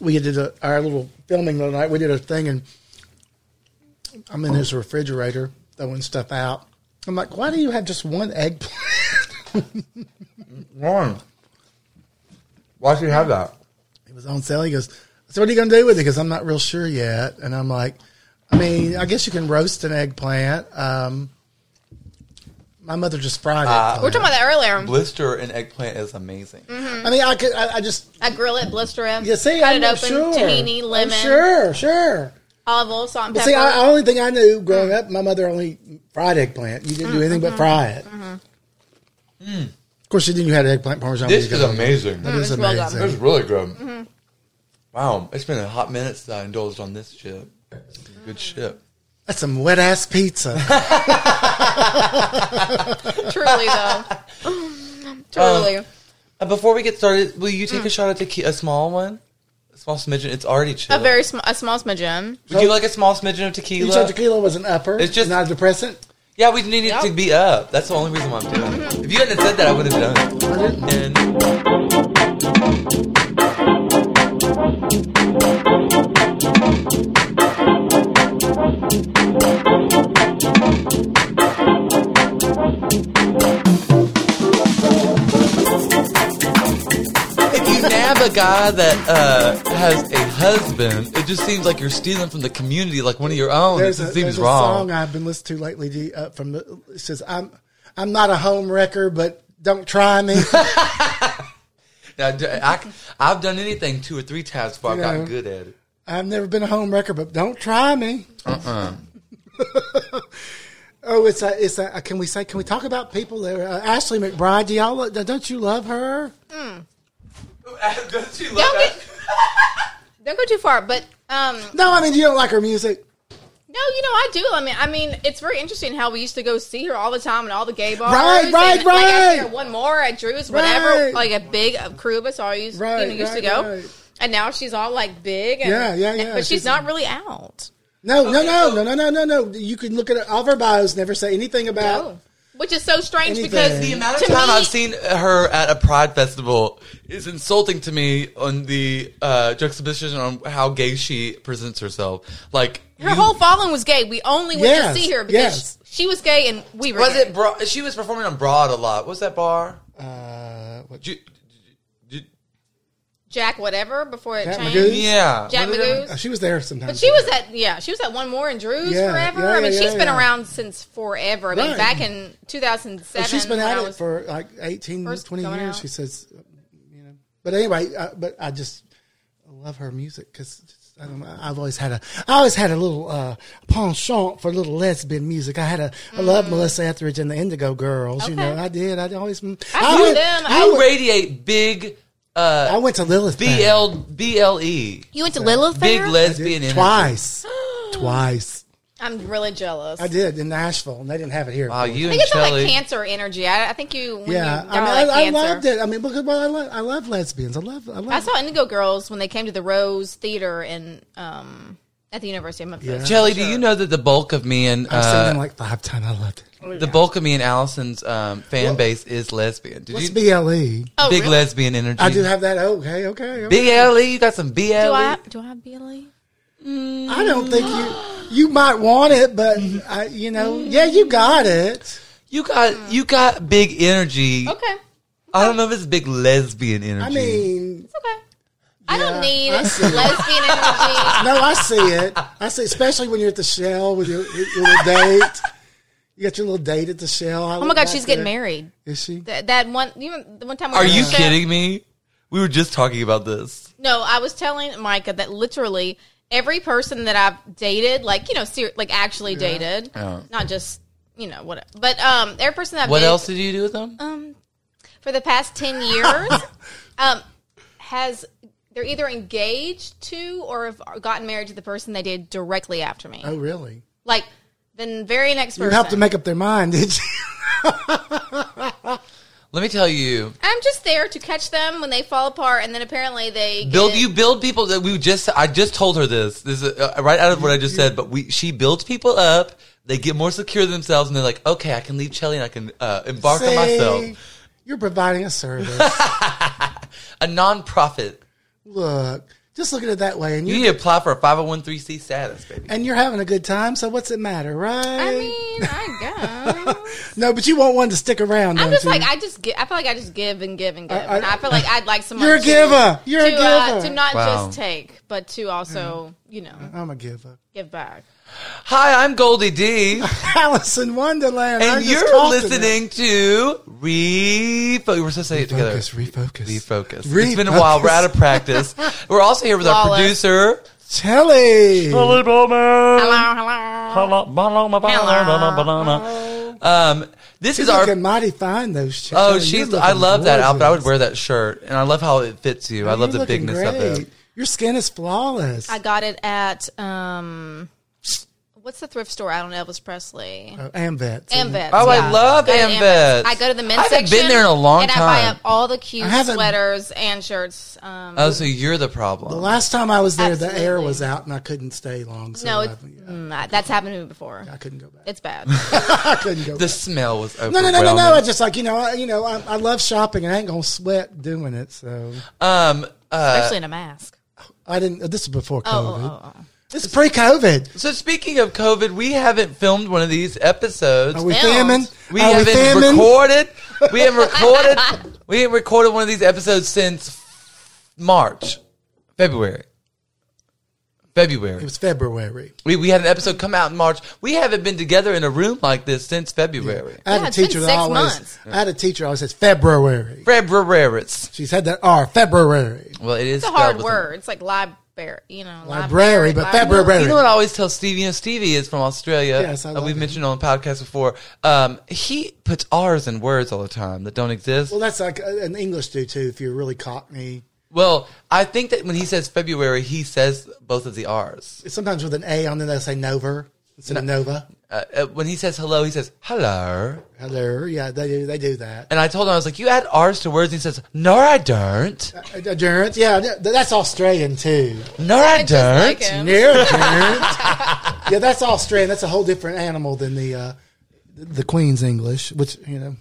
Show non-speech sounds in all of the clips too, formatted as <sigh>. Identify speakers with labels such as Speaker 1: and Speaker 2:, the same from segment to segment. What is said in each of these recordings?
Speaker 1: we did a, our little filming the other night. We did a thing, and I'm in his refrigerator throwing stuff out. I'm like, why do you have just one <laughs> eggplant?
Speaker 2: Why? Why should you have that?
Speaker 1: it was on sale. He goes, so what are you going to do with it? Because I'm not real sure yet. And I'm like, I mean, I guess you can roast an eggplant. Um, my mother just fried it.
Speaker 3: We were talking about that earlier.
Speaker 2: Blister and eggplant is amazing.
Speaker 3: Mm-hmm.
Speaker 1: I mean, I could, I, I just,
Speaker 3: I grill it, blister it.
Speaker 1: you see,
Speaker 3: cut
Speaker 1: I'm
Speaker 3: it
Speaker 1: not
Speaker 3: open,
Speaker 1: sure.
Speaker 3: tahini,
Speaker 1: I'm
Speaker 3: lemon,
Speaker 1: Sure, sure.
Speaker 3: olive oil, salt, and
Speaker 1: But
Speaker 3: pepper.
Speaker 1: see, I, the only thing I knew growing up, my mother only fried eggplant. You didn't do anything but fry it. Of course, then you had eggplant parmesan.
Speaker 2: Mm. This
Speaker 1: because
Speaker 2: is amazing.
Speaker 1: It is
Speaker 3: it's well done.
Speaker 1: amazing.
Speaker 2: This is really good.
Speaker 3: Mm-hmm.
Speaker 2: Wow, it's been a hot minute since I indulged on this shit.
Speaker 3: Mm-hmm.
Speaker 2: Good shit.
Speaker 1: That's some wet ass pizza.
Speaker 3: <laughs> Truly, though.
Speaker 1: <laughs>
Speaker 3: <laughs>
Speaker 1: Um,
Speaker 3: Truly.
Speaker 2: Uh, before we get started, will you take
Speaker 3: Mm.
Speaker 2: a shot at tequila, a small one? A small smidgen. It's already chill.
Speaker 3: a very sm- a small smidgen.
Speaker 2: Would <laughs> you like a small smidgen of tequila?
Speaker 1: you said tequila was an upper.
Speaker 2: It's just-
Speaker 1: not a depressant.
Speaker 2: yeah, we need it
Speaker 3: Yeah.
Speaker 2: to be up. That's the only reason why I'm doing it. If you hadn't said that, I would have done it.
Speaker 1: I didn't.
Speaker 2: And if you nab a guy that uh, has a husband, it just seems like you're stealing from the community, like one of your own. It
Speaker 1: There's,
Speaker 2: just
Speaker 1: a,
Speaker 2: seems
Speaker 1: there's a
Speaker 2: wrong.
Speaker 1: song I've been listening to lately G, uh, from the. It says, "I'm I'm not a home wrecker, but don't try
Speaker 2: <laughs>
Speaker 1: me."
Speaker 2: Now, d- I, have done anything two or three times before I've gotten
Speaker 1: Yeah.
Speaker 2: good at it.
Speaker 1: I've never been a home wrecker, but don't try me. Uh. <laughs> oh, it's a, it's a. Can we say? Can we talk about people there? Uh, Ashley McBride. Do y'all lo- don't you love her?
Speaker 2: Don't you love
Speaker 3: Don't get. don't go too far, but um,
Speaker 1: No, I mean you don't like her music.
Speaker 3: no, you know I do. I mean, I mean, it's very interesting how we used to go see her all the time in all the gay bars.
Speaker 1: Right, right,
Speaker 3: and, Like, I see her
Speaker 1: right.
Speaker 3: one more at Drew's, whatever.
Speaker 1: Right.
Speaker 3: Like a big uh, crew of us all used,
Speaker 1: Right,
Speaker 3: you know, used to
Speaker 1: right,
Speaker 3: go.
Speaker 1: right.
Speaker 3: And now she's all like big, and,
Speaker 1: Yeah, yeah, yeah.
Speaker 3: and- but she's,
Speaker 1: She's-
Speaker 3: not really out.
Speaker 1: No, no,
Speaker 2: Okay,
Speaker 1: no,
Speaker 2: so-
Speaker 1: no, no, no, no, no. You can look at all of her bios, never say anything about.
Speaker 3: No, Oh. which is so strange
Speaker 1: Anything.
Speaker 3: because
Speaker 2: The
Speaker 1: The
Speaker 2: amount of
Speaker 3: to
Speaker 2: time
Speaker 3: me,
Speaker 2: I've seen her at a pride festival is insulting to me on the uh, juxtaposition on how gay she presents herself. Like
Speaker 3: her
Speaker 2: you-
Speaker 3: whole following was gay. We only went
Speaker 1: Yes,
Speaker 3: to see her because
Speaker 1: yes.
Speaker 3: she was gay and we were.
Speaker 2: was
Speaker 3: gay.
Speaker 2: it bro- she was performing on Broad a lot. What's that bar?
Speaker 1: Uh, what,
Speaker 2: Ju- ju- ju-
Speaker 3: Jack whatever before it
Speaker 1: Jack
Speaker 3: changed?
Speaker 1: Magoo?
Speaker 2: yeah,
Speaker 3: Jack
Speaker 2: What is it?
Speaker 3: Magoo?
Speaker 1: she was there sometimes.
Speaker 3: But she was at yeah, she was at one more in Drew's
Speaker 1: Yeah,
Speaker 3: forever.
Speaker 1: yeah,
Speaker 3: I mean,
Speaker 1: yeah,
Speaker 3: she's
Speaker 1: yeah,
Speaker 3: been
Speaker 1: yeah.
Speaker 3: around since forever. I mean,
Speaker 1: Right.
Speaker 3: back in 2007.
Speaker 1: And she's been
Speaker 3: when
Speaker 1: at
Speaker 3: I
Speaker 1: it
Speaker 3: was-
Speaker 1: for like 18,
Speaker 3: first
Speaker 1: 20
Speaker 3: going
Speaker 1: years.
Speaker 3: out.
Speaker 1: She says, you know. But anyway, I, but I just love her music because I don't know. I've always had a, I always had a little uh, penchant for little lesbian music. I had a, I love Melissa Etheridge and the Indigo Girls. You know,
Speaker 3: Mm. Okay.
Speaker 1: I did. I always, mm, I,
Speaker 3: knew
Speaker 1: went,
Speaker 3: them.
Speaker 1: I,
Speaker 2: You
Speaker 1: went,
Speaker 2: radiate big uh,
Speaker 1: I went to Lilith Fair.
Speaker 2: BL BLE,
Speaker 3: you went to Lilith
Speaker 2: E. big
Speaker 3: Fair?
Speaker 1: I did
Speaker 2: lesbian energy.
Speaker 1: twice,
Speaker 3: <gasps>
Speaker 1: twice.
Speaker 3: I'm really jealous.
Speaker 1: I did in Nashville, and they didn't have it here.
Speaker 2: Wow, Oh, you and
Speaker 3: I think it's all
Speaker 2: Shelly.
Speaker 3: like cancer energy. I, I think you when
Speaker 1: yeah,
Speaker 3: you
Speaker 1: I,
Speaker 3: got all
Speaker 1: mean,
Speaker 3: that
Speaker 1: I, I
Speaker 3: cancer.
Speaker 1: loved it. I mean, because well, I love, I love lesbians. I love, I love.
Speaker 3: I saw Indigo Girls when they came to the Rose Theater in um at the University of Memphis.
Speaker 2: Shelly, do you know that the bulk of me and
Speaker 1: I've seen
Speaker 2: uh,
Speaker 1: them like five times. I loved it.
Speaker 2: the bulk of me and Allison's um, fan base is lesbian. Did
Speaker 1: What's
Speaker 2: you
Speaker 1: BLE?
Speaker 3: Oh,
Speaker 2: big
Speaker 3: really?
Speaker 2: lesbian energy?
Speaker 1: I do have that. Okay, okay. okay.
Speaker 2: BLE. E, You got some BLE.
Speaker 3: Do I do I have BLE?
Speaker 1: I don't think you you might want it, but I, you know, yeah, you got it.
Speaker 2: You got you got big energy.
Speaker 3: Hmm. Okay, it's
Speaker 2: I don't know if it's big lesbian energy.
Speaker 1: I mean,
Speaker 3: okay. I don't need
Speaker 1: I see.
Speaker 3: lesbian energy.
Speaker 1: no, I see it. I see, especially when you're at the shell with your, your little date. You got your little date at the shell. I
Speaker 3: Oh my
Speaker 1: look
Speaker 3: God,
Speaker 1: back
Speaker 3: she's getting
Speaker 1: there.
Speaker 3: married.
Speaker 1: Is she?
Speaker 3: That, that one, you remember the one time. we
Speaker 2: are
Speaker 3: were on
Speaker 2: you
Speaker 3: the show?
Speaker 2: kidding me? We were just talking about this.
Speaker 3: No, I was telling Micah that literally every person that I've dated, like you know, ser- like actually dated,
Speaker 2: Yeah.
Speaker 3: not just you know what, but um, every person that I've
Speaker 2: What
Speaker 3: dated,
Speaker 2: else did you do with them?
Speaker 3: um, for the past
Speaker 2: <laughs>
Speaker 3: ten years, um, has they're either engaged to or have gotten married to the person they did directly after me.
Speaker 1: Oh, really?
Speaker 3: Like the very next
Speaker 1: You
Speaker 3: person.
Speaker 1: helped to make up their mind, did you?
Speaker 2: Let me tell you.
Speaker 3: I'm just there to catch them when they fall apart, and then apparently they get-
Speaker 2: Build you build people that we just I just told her this. This is uh, right out of what I just said, but we she builds people up. They get more secure themselves and they're like, "Okay, I can leave Shelly and I can uh, embark on
Speaker 1: See,
Speaker 2: myself."
Speaker 1: You're providing a service.
Speaker 2: A non-profit.
Speaker 1: Look, Just look at it that way, and
Speaker 2: You
Speaker 1: you
Speaker 2: need to apply for a 501c status, baby.
Speaker 1: and you're having a good time. So what's it matter, right?
Speaker 3: I mean,
Speaker 2: <laughs>
Speaker 3: I guess.
Speaker 1: no, but you want one to stick around.
Speaker 3: I'm
Speaker 1: don't
Speaker 3: just
Speaker 1: you?
Speaker 3: like I just give. I feel like I just give and give and give.
Speaker 1: I-
Speaker 3: and I feel like I'd like someone.
Speaker 1: You're a
Speaker 3: to-
Speaker 1: giver. You're a
Speaker 3: to, uh,
Speaker 1: giver. Mm.
Speaker 3: to not
Speaker 2: Wow.
Speaker 3: just take, but to also you know
Speaker 1: I'm a giver.
Speaker 3: give back.
Speaker 2: Hi, I'm Goldie D,
Speaker 1: <laughs> Alice in Wonderland. I
Speaker 2: and
Speaker 1: just
Speaker 2: you're
Speaker 1: called it.
Speaker 2: listening to Refocus. We're supposed to say it together.
Speaker 1: Focus, refocus,
Speaker 2: Refocus.
Speaker 1: Refocus.
Speaker 2: It's been a while. We're out of practice.
Speaker 1: <laughs>
Speaker 2: We're also here with our
Speaker 3: Flawless.
Speaker 2: producer.
Speaker 1: Telly.
Speaker 3: Hello, hello.
Speaker 2: Um, this
Speaker 1: She's
Speaker 2: is our
Speaker 1: looking mighty fine, those chicks.
Speaker 2: Oh,
Speaker 1: You're
Speaker 2: she's.
Speaker 1: looking
Speaker 2: I love that outfit. I would
Speaker 1: gorgeous. Oh,
Speaker 2: wear that shirt, and I love how it fits you. I love
Speaker 1: You're
Speaker 2: the
Speaker 1: looking
Speaker 2: bigness of
Speaker 1: great.
Speaker 2: it.
Speaker 1: Your skin is flawless.
Speaker 3: I got it at um, what's the thrift store out on Elvis Presley?
Speaker 1: Oh, and vets.
Speaker 3: Ambets.
Speaker 2: Oh, I
Speaker 3: yeah.
Speaker 2: love
Speaker 3: Go to
Speaker 2: Ambets.
Speaker 3: Ambets. I go to the men's
Speaker 2: I haven't been
Speaker 3: section
Speaker 2: there in a long
Speaker 3: and I buy
Speaker 2: time.
Speaker 3: up all the cute
Speaker 1: I haven't-
Speaker 3: sweaters and shirts. Um,
Speaker 2: Oh, so you're the
Speaker 1: The
Speaker 2: problem.
Speaker 1: last time I was there, the air
Speaker 3: Absolutely.
Speaker 1: was out and I couldn't stay long. So
Speaker 3: no,
Speaker 1: I,
Speaker 3: it's, mm, I- that's happened to me before.
Speaker 1: I couldn't go
Speaker 3: <laughs>
Speaker 1: back. <laughs>
Speaker 3: It's bad.
Speaker 1: I couldn't go
Speaker 2: the
Speaker 1: back.
Speaker 2: smell was
Speaker 1: No, no,
Speaker 2: overwhelming.
Speaker 1: no, no, no. I just like, you know, I, you know, I, I love shopping and I ain't going to sweat doing it. So
Speaker 2: Um. Uh,
Speaker 3: Especially in a mask.
Speaker 1: I didn't. This is before COVID.
Speaker 3: Oh, oh, oh, oh.
Speaker 1: It's pre COVID.
Speaker 2: so speaking of COVID, we haven't filmed one of these episodes.
Speaker 1: Are we
Speaker 3: Filmed.
Speaker 1: filming?
Speaker 2: We
Speaker 1: Are
Speaker 2: haven't
Speaker 1: filming?
Speaker 2: recorded. We haven't
Speaker 1: <laughs>
Speaker 2: recorded. we haven't recorded one of these episodes since March, February, February.
Speaker 1: It was February.
Speaker 2: we we had an episode come out in March. We haven't been together in a room like this since February.
Speaker 1: I had
Speaker 3: Yeah,
Speaker 1: a
Speaker 3: it's been
Speaker 1: teacher that
Speaker 3: six
Speaker 1: always.
Speaker 3: months.
Speaker 1: I had a teacher always says February.
Speaker 2: February.
Speaker 1: She's had that R February
Speaker 2: Well, it is
Speaker 3: It's a hard
Speaker 2: spelled with an-
Speaker 3: word. It's like library, you know.
Speaker 1: library, but
Speaker 3: library.
Speaker 1: February.
Speaker 2: You know what I always tell Stevie? You know, Stevie is from Australia.
Speaker 1: Yes, I
Speaker 2: Uh,
Speaker 1: love
Speaker 2: We've
Speaker 1: him.
Speaker 2: mentioned on the podcast before. Um, he puts R's in words all the time that don't exist.
Speaker 1: Well, that's like uh, an English do too. If you're really Cockney,
Speaker 2: Well, I think that when he says February, he says both of the R's.
Speaker 1: sometimes with an A on there, they say Nova instead of Nova.
Speaker 2: Uh, uh, when he says hello, he says hello.
Speaker 1: Hello, yeah, they do, they do that.
Speaker 2: And I told him, I was like, you add R's to words. And he says, no, I don't.
Speaker 1: Adherence, yeah, th- that's Australian too.
Speaker 2: No, I
Speaker 3: Just like
Speaker 2: don't.
Speaker 3: him.
Speaker 1: Yeah, adherence. yeah, that's Australian. That's a whole different animal than the uh, the Queen's English, which you know,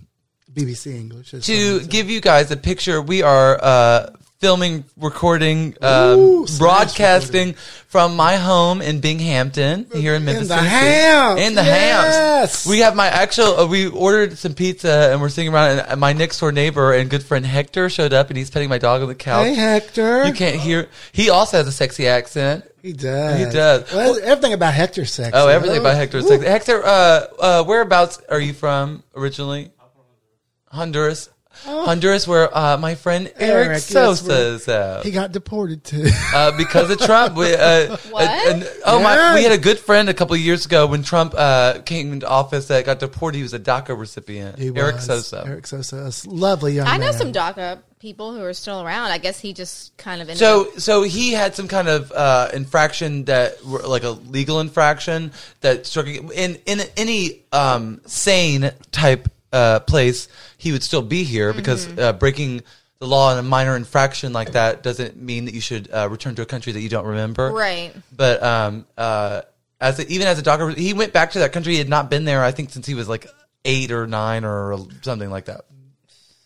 Speaker 1: BBC English. is-
Speaker 2: to give you guys a picture, we are uh, filming, recording, um,
Speaker 1: Ooh, smash
Speaker 2: broadcasting from my home in Binghamton here in Memphis,
Speaker 1: the
Speaker 2: Tennessee.
Speaker 1: Hamps,
Speaker 2: In the
Speaker 1: yes.
Speaker 2: Hamps. We have my actual. Uh, we ordered some pizza and we're sitting around, and my next door neighbor and good friend Hector showed up, and he's petting my dog on the couch.
Speaker 1: hey Hector,
Speaker 2: You can't hear. He also has a sexy accent.
Speaker 1: He does.
Speaker 2: He does.
Speaker 1: Well, everything about Hector's sex.
Speaker 2: Oh, everything about Hector is sexy. Hector, uh, uh, whereabouts are you from originally? Honduras. Honduras, where uh, my friend Eric,
Speaker 1: Oh. Eric, yes,
Speaker 2: Sosa
Speaker 1: where-
Speaker 2: is
Speaker 1: <laughs>
Speaker 2: at.
Speaker 1: He got deported
Speaker 2: <laughs>
Speaker 1: too.
Speaker 2: Uh, because of
Speaker 1: <laughs>
Speaker 2: Trump. We, uh,
Speaker 3: What?
Speaker 2: and- and- oh
Speaker 1: Yeah.
Speaker 2: my! We had a good friend a couple of years ago when Trump uh, came into office that got deported. He was a DACA recipient.
Speaker 1: He
Speaker 2: Eric
Speaker 1: was.
Speaker 2: Sosa.
Speaker 1: Eric Sosa, a s- lovely young
Speaker 3: I know
Speaker 1: Oh, man.
Speaker 3: some DACA people who are still around. I guess he just kind of ended up-
Speaker 2: So, so he had some kind of uh, infraction that, were- like a legal infraction that struck in in any um, sane type uh, place, he would still be here because
Speaker 3: Mm-hmm.
Speaker 2: uh, breaking the law in a minor infraction like that doesn't mean that you should uh, return to a country that you don't remember,
Speaker 3: Right.
Speaker 2: But um, uh, as a, even as a doctor, he went back to that country. He had not been there, I think, since he was like eight or nine or something like that.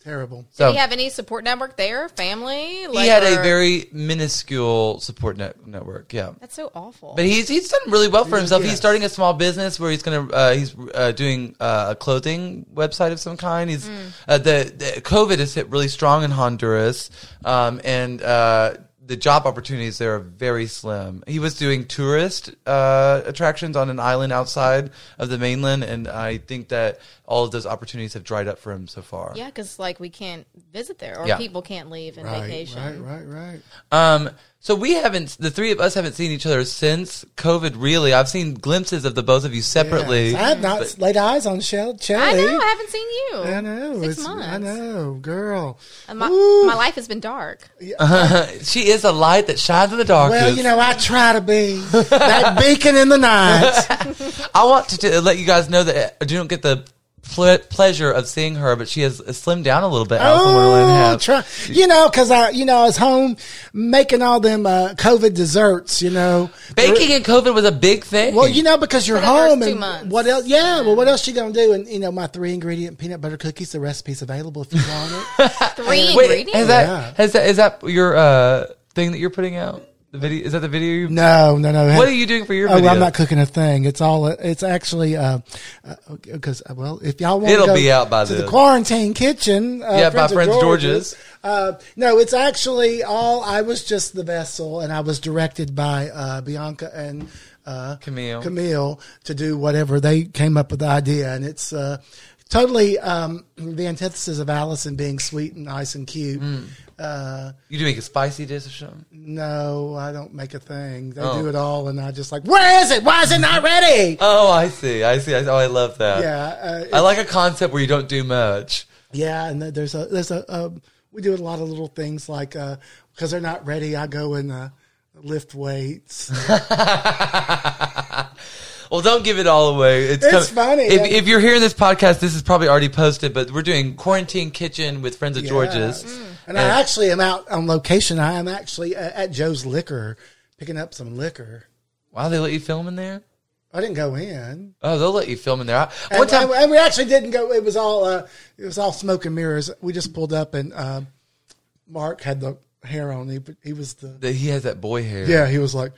Speaker 1: Terrible.
Speaker 2: So
Speaker 3: Do you have any support network there? Family?
Speaker 2: he
Speaker 3: Like,
Speaker 2: had a
Speaker 3: or-
Speaker 2: very minuscule support net- network. Yeah.
Speaker 3: That's so awful.
Speaker 2: But he's he's done really well for himself.
Speaker 1: yes.
Speaker 2: He's starting a small business where he's gonna uh, he's uh, doing uh, a clothing website of some kind. He's uh, the, the COVID has hit really strong in Honduras, um, and uh, the job opportunities there are very slim. He was doing tourist uh, attractions on an island outside of the mainland, and I think that all of those opportunities have dried up for him so far.
Speaker 3: yeah, because like we can't visit there, or
Speaker 2: Yeah.
Speaker 3: people can't leave in
Speaker 1: Right,
Speaker 3: vacation.
Speaker 1: right, right, right.
Speaker 2: Um, so we haven't, the three of us haven't seen each other since COVID. Really, I've seen glimpses of the both of you separately.
Speaker 1: Yes. I have not laid eyes on Shell Chelly.
Speaker 3: I know. I haven't seen you.
Speaker 1: I know.
Speaker 3: Six
Speaker 1: it's,
Speaker 3: months.
Speaker 1: I know, girl.
Speaker 3: And My,
Speaker 1: Ooh.
Speaker 3: my life has been dark.
Speaker 2: Uh, she is a light that shines in the darkness.
Speaker 1: Well, you know, I try to be
Speaker 2: <laughs>
Speaker 1: that beacon in the night.
Speaker 2: I want to, t- let you guys know that I don't get the ple- pleasure of seeing her, but she has uh, slimmed down a little bit. Alice in Wonderland
Speaker 1: Oh,
Speaker 2: has.
Speaker 1: try, you know, because I, you know, I was home making all them uh, COVID desserts. You know,
Speaker 2: Baking and COVID was a big thing.
Speaker 1: Well, you know, because you're
Speaker 3: the
Speaker 1: home
Speaker 3: first two
Speaker 1: and
Speaker 3: months.
Speaker 1: what else? Yeah. Well, what else you gonna do? And you know, my three ingredient peanut butter cookies. The recipe's available if you want it.
Speaker 3: <laughs> Three
Speaker 2: Wait,
Speaker 3: ingredients.
Speaker 2: is that,
Speaker 1: Yeah.
Speaker 2: has that, is that your uh, thing that you're putting out? The video is that the video? You,
Speaker 1: No, no, no.
Speaker 2: What are you doing for your
Speaker 1: Oh,
Speaker 2: video?
Speaker 1: I'm not cooking a thing. It's all. It's actually because uh, okay, 'cause, uh, well, if y'all want
Speaker 2: It'll
Speaker 1: to go
Speaker 2: be out by
Speaker 1: to the
Speaker 2: then.
Speaker 1: quarantine kitchen. Uh,
Speaker 2: Yeah, by
Speaker 1: of
Speaker 2: Friends George's.
Speaker 1: Uh, no, it's actually all. I was just the vessel, and I was directed by uh, Bianca and uh,
Speaker 2: Camille.
Speaker 1: Camille to do whatever they came up with the idea, and it's uh, totally um, the antithesis of Allison being sweet and nice and cute.
Speaker 2: Mm.
Speaker 1: Uh,
Speaker 2: you do make a spicy dish or something.
Speaker 1: no, I don't make a thing. They
Speaker 2: Oh.
Speaker 1: do it all, and I just like, where is it? Why is it not ready?
Speaker 2: <laughs> Oh, I see. I see. I, oh, I love that.
Speaker 1: yeah, uh,
Speaker 2: I like a concept where you don't do much.
Speaker 1: yeah, and th- there's a there's a um, we do a lot of little things like because they're not ready, I go and uh, lift
Speaker 2: <laughs>
Speaker 1: weights.
Speaker 2: Well, don't give it all away. It's,
Speaker 1: It's funny.
Speaker 2: If,
Speaker 1: I-
Speaker 2: if you're hearing this podcast, this is probably already posted, but we're doing quarantine kitchen with friends of George's.
Speaker 1: Yeah. Mm. And I actually am out on location. I am actually uh, at Joe's Liquor picking up some liquor.
Speaker 2: Wow, they let you film in there.
Speaker 1: I didn't go in.
Speaker 2: Oh, they'll let you film in there. I-
Speaker 1: And,
Speaker 2: One time,
Speaker 1: and- and we actually didn't go. It was all uh, it was all smoke and mirrors. We just pulled up, and uh, Mark had the hair on. He he was the
Speaker 2: that he has that boy hair.
Speaker 1: Yeah, he was like,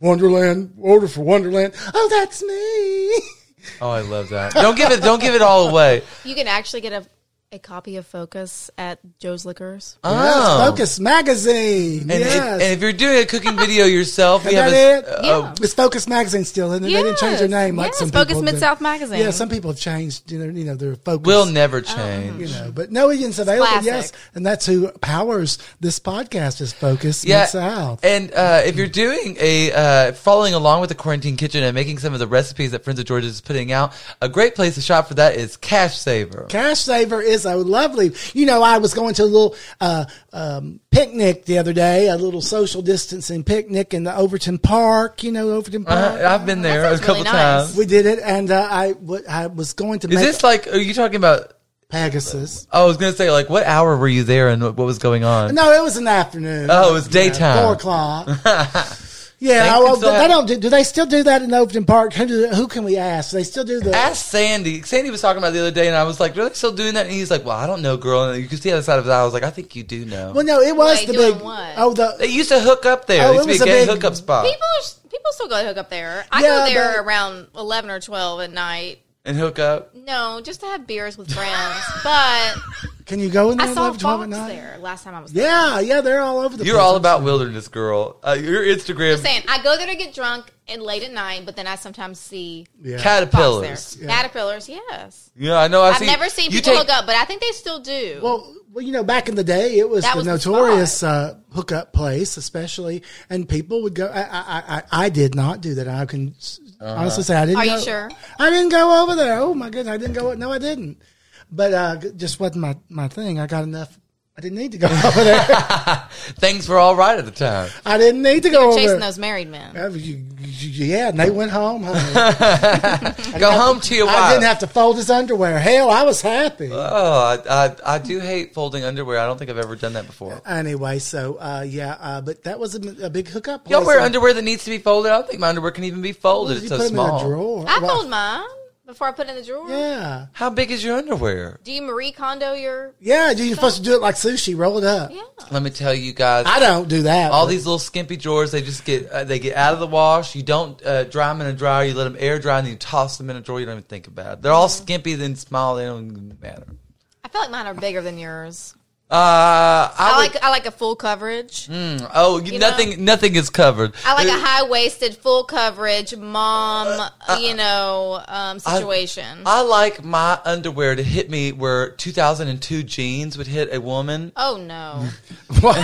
Speaker 1: Wonderland, order for Wonderland. Oh, that's me. <laughs>
Speaker 2: Oh, I love that. Don't give it. Don't give it all away.
Speaker 3: You can actually get a, a copy of Focus at Joe's Liquors.
Speaker 1: Um,
Speaker 2: Oh.
Speaker 1: Yes, Focus Magazine.
Speaker 2: And,
Speaker 1: yes.
Speaker 2: if, and if you're doing a cooking video yourself, we
Speaker 1: Is
Speaker 2: have
Speaker 1: that
Speaker 2: a,
Speaker 1: it?
Speaker 2: a-
Speaker 3: Yeah.
Speaker 1: it's Focus Magazine still, and they didn't change their name like
Speaker 3: Yes,
Speaker 1: some
Speaker 3: Focus
Speaker 1: people. did.
Speaker 3: Mid-South Magazine.
Speaker 1: Yeah, some people have changed. You know, you know, their focus.
Speaker 2: will never change.
Speaker 1: you know, but no, it's available.
Speaker 3: Classic.
Speaker 1: Yes, and that's who powers this podcast is Focus
Speaker 2: yeah.
Speaker 1: South.
Speaker 2: And uh, if you're doing a uh, following along with the quarantine kitchen and making some of the recipes that Friends of George's is putting out, a great place to shop for that is Cash Saver.
Speaker 1: Cash Saver is a lovely. You know, I was going to a little uh, um, picnic the other day, a little social distancing picnic in the Overton Park. You know, Overton Park.
Speaker 2: Uh, I've been there a
Speaker 3: sounds
Speaker 2: couple
Speaker 3: really nice.
Speaker 2: times.
Speaker 1: we did it, and uh, I w- I was going to
Speaker 2: Is
Speaker 1: make
Speaker 2: this like? Are you talking about?
Speaker 1: Pegasus.
Speaker 2: I was gonna say like, what hour were you there and what, what was going on?
Speaker 1: No, it was in the afternoon.
Speaker 2: Oh, it was
Speaker 1: Yeah,
Speaker 2: daytime.
Speaker 1: four
Speaker 2: <laughs>
Speaker 1: o'clock. yeah,
Speaker 2: Thanks
Speaker 1: I, well,
Speaker 2: for
Speaker 1: they
Speaker 2: that.
Speaker 1: don't. Do, do they still do that in Overton Park? Who, do, who can we ask? They still do the.
Speaker 2: Ask Sandy. Sandy was talking about it the other day, and I was like, "Are they still doing that?" And he's like, "Well, I don't know, girl." And you can see on the side of his eye. I was like, "I think you do know."
Speaker 1: well, no, it was
Speaker 3: Wait,
Speaker 1: the
Speaker 3: doing
Speaker 1: big.
Speaker 3: what?
Speaker 1: Oh, the
Speaker 2: They used to hook up there.
Speaker 1: Oh,
Speaker 2: it used
Speaker 1: it
Speaker 2: to be
Speaker 1: was
Speaker 2: a
Speaker 1: a
Speaker 2: gay
Speaker 1: big-
Speaker 2: hookup spot
Speaker 3: People people still go to hook up there. I
Speaker 1: Yeah,
Speaker 3: go there
Speaker 1: but-
Speaker 3: around eleven or twelve at night.
Speaker 2: and hook up.
Speaker 3: No, just to have beers with
Speaker 1: <laughs>
Speaker 3: friends. but
Speaker 1: Can you go in there?
Speaker 3: I
Speaker 1: at
Speaker 3: saw
Speaker 1: 11, 12 at
Speaker 3: Fox
Speaker 1: night?
Speaker 3: there last time I was there.
Speaker 1: Yeah, yeah, they're all over the.
Speaker 2: You're
Speaker 1: place.
Speaker 2: all about wilderness, girl. Uh, your Instagram
Speaker 3: I'm saying I go there to get drunk and late at night, but then I sometimes see
Speaker 1: Yeah.
Speaker 3: Fox
Speaker 2: caterpillars.
Speaker 3: there. Caterpillars, yes.
Speaker 2: Yeah, I know. I
Speaker 3: I've
Speaker 2: see,
Speaker 3: never seen
Speaker 2: you
Speaker 3: people
Speaker 2: take-
Speaker 3: hook up, but I think they still do.
Speaker 1: Well, well, you know, back in the day, it was
Speaker 3: That
Speaker 1: the
Speaker 3: was the
Speaker 1: notorious uh, hookup place, especially, and people would go. I, I, I, I did not do that. I can s honestly say I didn't.
Speaker 3: Are you
Speaker 1: go-
Speaker 3: sure?
Speaker 1: I didn't go over there. Oh my goodness, I didn't go. No, I didn't. But uh, g- just wasn't my my thing. I got enough. I didn't need to go <laughs> over there.
Speaker 2: Things were all right at the time.
Speaker 1: I didn't need to go
Speaker 3: They're
Speaker 1: over
Speaker 3: chasing
Speaker 1: there.
Speaker 3: those married men.
Speaker 1: Uh, you- you- Yeah, and they went home. honey.
Speaker 2: Go home to your wife.
Speaker 1: I didn't have to fold his underwear. Hell, I was happy.
Speaker 2: oh, I, I I do hate folding underwear. I don't think I've ever done that before.
Speaker 1: Anyway, so uh, yeah, uh, but that was a, a big hookup.
Speaker 2: Y'all
Speaker 1: place.
Speaker 2: wear underwear that needs to be folded. I don't think my underwear can even be folded.
Speaker 1: You
Speaker 2: it's
Speaker 1: put
Speaker 2: so
Speaker 1: 'em in a
Speaker 2: small.
Speaker 1: drawer.
Speaker 3: I
Speaker 1: Well,
Speaker 3: fold mine before I put it in the drawer.
Speaker 1: Yeah.
Speaker 2: How big is your underwear?
Speaker 3: Do you Marie Kondo your?
Speaker 1: Yeah, you're supposed to do it like sushi, roll it up.
Speaker 3: Yeah.
Speaker 2: Let me tell you guys.
Speaker 1: I don't do that.
Speaker 2: all
Speaker 1: but-
Speaker 2: these little skimpy drawers, they just get uh, they get out of the wash. You don't uh, dry them in a dryer. You let them air dry, and then you toss them in a drawer. You don't even think about it. They're all skimpy, then small. They don't even matter.
Speaker 3: I feel like mine are bigger than yours.
Speaker 2: Uh, I,
Speaker 3: I
Speaker 2: would-
Speaker 3: like I like a full coverage.
Speaker 2: Mm, oh, you-
Speaker 3: You know?
Speaker 2: nothing nothing is covered.
Speaker 3: I like a
Speaker 2: Uh,
Speaker 3: high waisted, full coverage mom, you know, um, situation.
Speaker 2: I like my underwear to hit me where 2002 jeans would hit a woman.
Speaker 3: oh no,
Speaker 2: <laughs>
Speaker 1: What?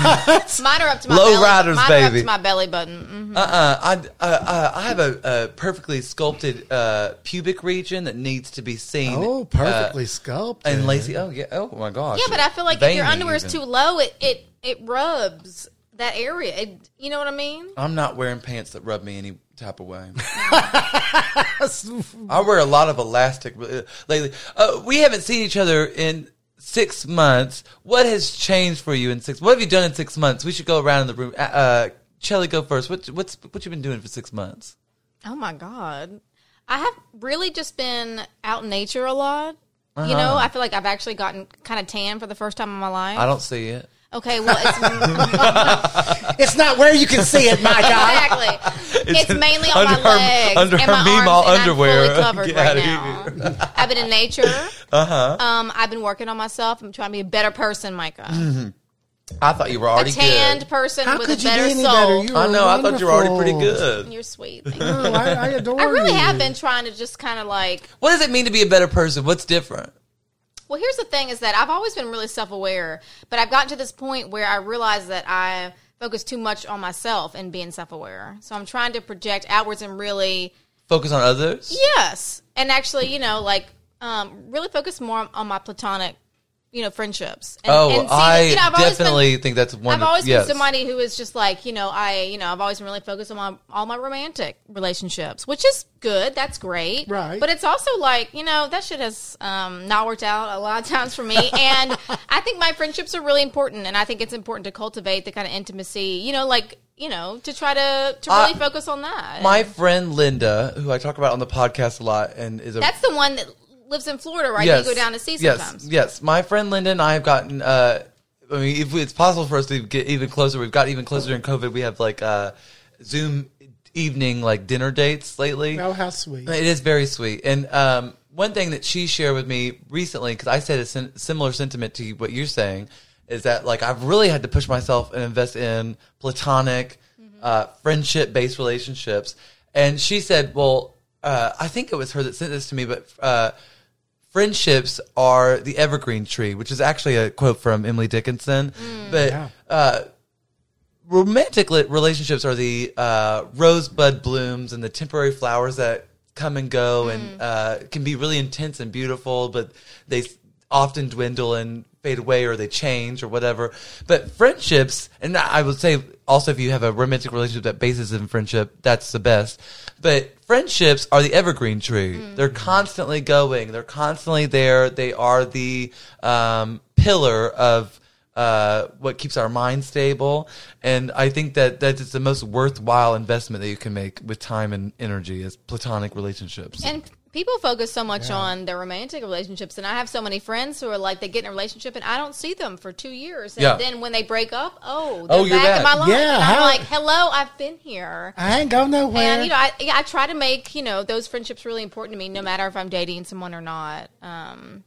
Speaker 3: mine are up to my
Speaker 2: Low
Speaker 3: belly.
Speaker 2: riders,
Speaker 3: mine are up
Speaker 2: baby.
Speaker 3: to my belly button. hmm
Speaker 2: Uh uh I, uh, uh, I have a, a perfectly sculpted uh, pubic region that needs to be seen.
Speaker 1: oh,
Speaker 2: uh,
Speaker 1: perfectly sculpted.
Speaker 2: and lacy. Oh yeah. Oh my gosh.
Speaker 3: Yeah, but I feel like if
Speaker 2: Veiny
Speaker 3: your underwear is
Speaker 2: even.
Speaker 3: too low, it it it rubs that area. It, you know what I mean?
Speaker 2: I'm not wearing pants that rub me any type of way.
Speaker 1: That's-
Speaker 2: <laughs> I wear a lot of elastic uh, lately. Uh, we haven't seen each other in six months. What has changed for you in six? What have you done in six months? We should go around in the room. Uh, uh, Shelly, go first. What, what's what you been doing for six months?
Speaker 3: Oh my god, I have really just been out in
Speaker 2: Uh-huh.
Speaker 3: nature a lot. You know, I feel like I've actually gotten kind of tan for the first time in my life.
Speaker 2: I don't see it.
Speaker 3: Okay, well,
Speaker 2: <laughs>
Speaker 3: it's
Speaker 1: It's not where you can see it,
Speaker 2: <laughs>
Speaker 1: my guy.
Speaker 3: exactly. It's,
Speaker 2: in-
Speaker 3: mainly on
Speaker 2: under
Speaker 3: my
Speaker 2: her-
Speaker 3: legs
Speaker 2: under
Speaker 3: and
Speaker 2: her
Speaker 3: my
Speaker 2: meme all
Speaker 3: arms, and
Speaker 2: underwear. <laughs>
Speaker 3: I'm fully covered
Speaker 2: Get
Speaker 3: right
Speaker 2: outta <laughs>
Speaker 3: now. I've been in nature. Uh
Speaker 2: Uh-huh.
Speaker 3: huh. Um, I've been working on myself. I'm trying to be a better person, Micah.
Speaker 2: I thought Mm. you were
Speaker 3: A
Speaker 2: already
Speaker 3: tanned
Speaker 2: good.
Speaker 3: person
Speaker 1: How
Speaker 3: with
Speaker 1: could
Speaker 3: a
Speaker 1: you be
Speaker 3: better
Speaker 1: any
Speaker 3: soul.
Speaker 1: better? You
Speaker 2: I
Speaker 1: are
Speaker 2: know. I thought you were already pretty
Speaker 1: wonderful.
Speaker 2: good.
Speaker 3: <laughs> You're
Speaker 1: <laughs>
Speaker 3: sweet. Thank you.
Speaker 1: Oh, I, I adore
Speaker 3: I really
Speaker 1: you.
Speaker 3: have been trying to just kind of like.
Speaker 2: What does it mean to be a better person? What's different?
Speaker 3: Well, here's the thing: is that I've always been really self-aware, but I've gotten to this point where I realize that I focus too much on myself and being self-aware. So I'm trying to project outwards and really,
Speaker 2: Focus on others.
Speaker 3: yes, and actually, you know, like um, really focus more on my platonic, you know, friendships. And,
Speaker 2: Oh,
Speaker 3: and see
Speaker 2: I
Speaker 3: that, you know, I've always been-
Speaker 2: definitely think that's one.
Speaker 3: I've always
Speaker 2: yes.
Speaker 3: been somebody who is just like you know I you know I've always been really focused on my, all my romantic relationships, which is good. That's great,
Speaker 1: Right.
Speaker 3: But it's also like you know that shit has um, not worked out a lot of times for me, and I think my friendships are really important, and I think it's important to cultivate the kind of intimacy, you know, like you know to try to to really
Speaker 2: I-
Speaker 3: focus on that.
Speaker 2: My friend Linda, who I talk about on the podcast a lot, and is a
Speaker 3: That's the one that lives in Florida, right? that You go down to see
Speaker 2: yes,
Speaker 3: sometimes.
Speaker 2: Yes, my friend Linda and I have gotten. Uh, I mean, if it's possible for us to get even closer, we've got even closer during COVID. We have like uh, Zoom evening like dinner dates lately.
Speaker 1: Oh, how sweet.
Speaker 2: It is very sweet. And um, one thing that she shared with me recently, because I said a sen- similar sentiment to what you're saying, is that like I've really had to push myself and invest in platonic, uh, friendship based relationships. And she said, well, uh, I think it was her that sent this to me, but. Uh, Friendships are the evergreen tree, which is actually a quote from Emily Dickinson. but
Speaker 1: Yeah.
Speaker 2: uh, romantic li- relationships are the uh, rosebud blooms and the temporary flowers that come and go and uh, can be really intense and beautiful, but they s- often dwindle and fade away or they change or whatever. But friendships, and I I would say also if you have a romantic relationship that bases in friendship, that's the best. But friendships are the evergreen tree. They're constantly going. They're constantly there. They are the um, pillar of uh, what keeps our mind stable. And I think that that is the most worthwhile investment that you can make with time and energy is platonic
Speaker 3: <laughs>
Speaker 2: relationships.
Speaker 3: And people focus so much on their romantic relationships, and I have so many friends who are like they get in a relationship and I don't see them for two years, and
Speaker 2: Yeah.
Speaker 3: then when they break up, oh, they're
Speaker 2: Oh, you're
Speaker 3: back, in
Speaker 2: back.
Speaker 3: my life,
Speaker 1: Yeah,
Speaker 3: and I'm
Speaker 1: how-
Speaker 3: like, hello, I've been here.
Speaker 1: I ain't going nowhere.
Speaker 3: And you know, I, yeah, I try to make you know those friendships really important to me, no matter if I'm dating someone or not. Um,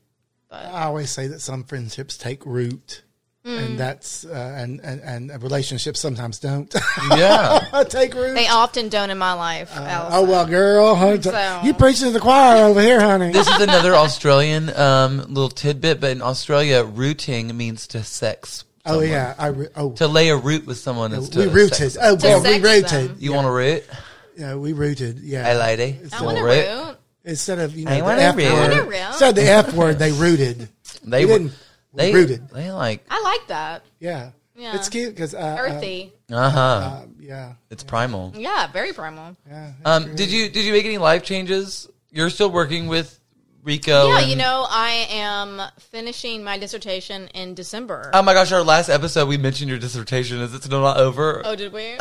Speaker 1: I always say that some friendships take root,
Speaker 3: Mm.
Speaker 1: and that's uh, and, and and relationships sometimes don't <laughs>
Speaker 2: yeah.
Speaker 1: take root.
Speaker 3: they often don't in my life. Allison.
Speaker 1: oh well, girl, honey,
Speaker 3: So-
Speaker 1: you preaching to the choir over here, honey.
Speaker 2: This is another Australian um, little tidbit, but in Australia, rooting means to sex.
Speaker 1: oh yeah, I re- oh
Speaker 2: To lay a root with someone is to
Speaker 1: we
Speaker 2: sex
Speaker 1: rooted.
Speaker 2: them.
Speaker 1: Oh well, we
Speaker 3: sex
Speaker 1: rooted.
Speaker 3: them.
Speaker 2: You want a root?
Speaker 1: Yeah, we rooted. Yeah,
Speaker 2: Hey, lady.
Speaker 3: I want to
Speaker 2: Root.
Speaker 3: root.
Speaker 1: instead of you
Speaker 2: I
Speaker 1: know
Speaker 2: wanna
Speaker 1: the F
Speaker 2: root. I
Speaker 1: word,
Speaker 2: wanna
Speaker 3: root.
Speaker 1: instead of the F word, they rooted.
Speaker 2: They
Speaker 1: We
Speaker 2: were-
Speaker 1: didn't. We
Speaker 2: They
Speaker 1: rooted.
Speaker 2: They like
Speaker 3: I like that.
Speaker 1: Yeah,
Speaker 3: Yeah.
Speaker 1: it's cute because uh, uh,
Speaker 3: Earthy.
Speaker 2: uh huh.
Speaker 1: uh, yeah,
Speaker 2: it's primal.
Speaker 3: yeah, very primal.
Speaker 1: yeah.
Speaker 2: Um, did you did you make any life changes? You're still working with Rico.
Speaker 3: Yeah,
Speaker 2: and-
Speaker 3: you know, I am finishing my dissertation in December.
Speaker 2: Oh my gosh! Our last episode, we mentioned your dissertation. Is it still not over? <laughs>
Speaker 3: oh, did we?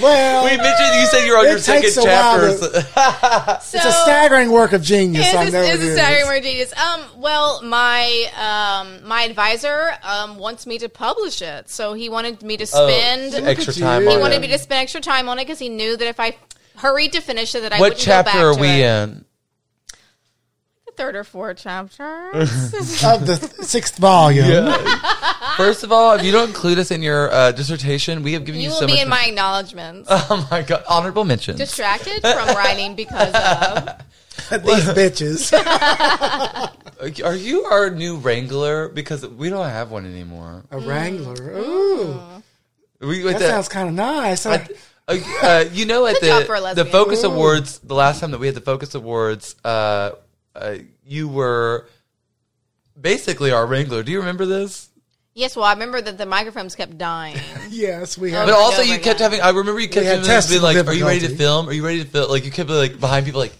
Speaker 1: Well,
Speaker 2: We mentioned you said you're on
Speaker 1: It
Speaker 2: your second
Speaker 1: takes a while
Speaker 2: chapter.
Speaker 1: to-
Speaker 3: so,
Speaker 1: it's a staggering work of genius.
Speaker 3: It's
Speaker 1: I
Speaker 3: a,
Speaker 1: know
Speaker 3: it's
Speaker 1: it
Speaker 3: a
Speaker 1: is.
Speaker 3: staggering word genius. Um, well, my um, my advisor um, wants me to publish it, so he wanted me to
Speaker 2: Oh,
Speaker 3: spend.
Speaker 1: Look
Speaker 2: extra
Speaker 1: at you.
Speaker 2: time.
Speaker 1: He
Speaker 3: he
Speaker 2: on
Speaker 1: yeah.
Speaker 3: wanted
Speaker 2: it.
Speaker 3: me to spend extra time on it because he knew that if I hurried to finish it, that I
Speaker 2: What
Speaker 3: wouldn't go
Speaker 2: chapter
Speaker 3: back
Speaker 2: are
Speaker 3: to
Speaker 2: we
Speaker 3: it.
Speaker 2: in?
Speaker 3: The third or fourth <laughs> chapter.
Speaker 1: of the th- sixth
Speaker 2: <laughs>
Speaker 1: volume.
Speaker 2: First of all, if you don't include us in your uh, dissertation, we have given you,
Speaker 3: you
Speaker 2: so
Speaker 3: will
Speaker 2: much.
Speaker 3: be in my acknowledgements.
Speaker 2: <laughs> oh my god! Honorable mentions.
Speaker 3: Distracted from writing because
Speaker 2: <laughs>
Speaker 1: <laughs>
Speaker 3: of
Speaker 1: These
Speaker 3: <laughs>
Speaker 1: bitches.
Speaker 2: are you our new wrangler? Because we don't have one anymore.
Speaker 1: A Wrangler. Ooh.
Speaker 2: We, with
Speaker 1: That
Speaker 2: the-
Speaker 1: sounds kind of nice. I,
Speaker 2: Uh, uh, you know, at
Speaker 3: Good job for a
Speaker 2: the the
Speaker 3: lesbian.
Speaker 2: Focus Awards, the last time that we had the Focus Awards, uh, uh, you were basically our wrangler. Do you remember this?
Speaker 3: yes. Well, I remember that the microphones kept dying.
Speaker 1: yes, we have.
Speaker 2: But
Speaker 3: Oh.
Speaker 2: also,
Speaker 3: over
Speaker 2: you
Speaker 3: again.
Speaker 2: kept having. I remember you kept
Speaker 1: had
Speaker 2: having being
Speaker 1: technical
Speaker 2: like, "Are you ready to
Speaker 1: difficulty.
Speaker 2: film? Are you ready to film?" Like you kept like behind people, like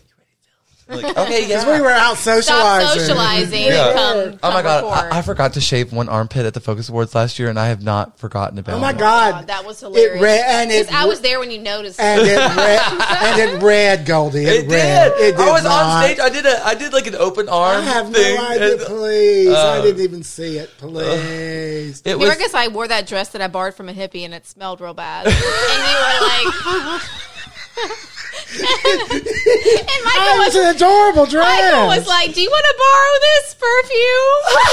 Speaker 2: Like,
Speaker 3: <laughs>
Speaker 2: okay, yeah.
Speaker 1: we were out
Speaker 3: Stop
Speaker 1: socializing.
Speaker 3: socializing.
Speaker 2: Yeah.
Speaker 3: and Come,
Speaker 2: oh my
Speaker 3: come
Speaker 2: god,
Speaker 3: record.
Speaker 2: I, I forgot to shave one armpit at the Focus Awards last year, and I have not forgotten about.
Speaker 1: Oh my
Speaker 2: it.
Speaker 1: God,
Speaker 3: Oh, that was hilarious.
Speaker 1: It read and it
Speaker 3: 'Cause I was there when you noticed.
Speaker 1: and it
Speaker 3: <laughs>
Speaker 1: read and it read Goldie. It,
Speaker 2: It
Speaker 1: read.
Speaker 2: did.
Speaker 1: It did
Speaker 2: I was
Speaker 1: not.
Speaker 2: on stage. I did a. I did like an open
Speaker 1: I
Speaker 2: arm.
Speaker 1: have
Speaker 2: thing.
Speaker 1: no idea.
Speaker 3: uh,
Speaker 1: Please, I didn't even see it. Please.
Speaker 2: It
Speaker 3: Here,
Speaker 2: was.
Speaker 3: I guess I wore that dress that I borrowed from a hippie and it smelled
Speaker 2: <laughs>
Speaker 3: real bad. and you were like. <laughs> and Michael
Speaker 1: It was
Speaker 3: was,
Speaker 1: an adorable dress.
Speaker 3: Michael was like, Do you want to borrow this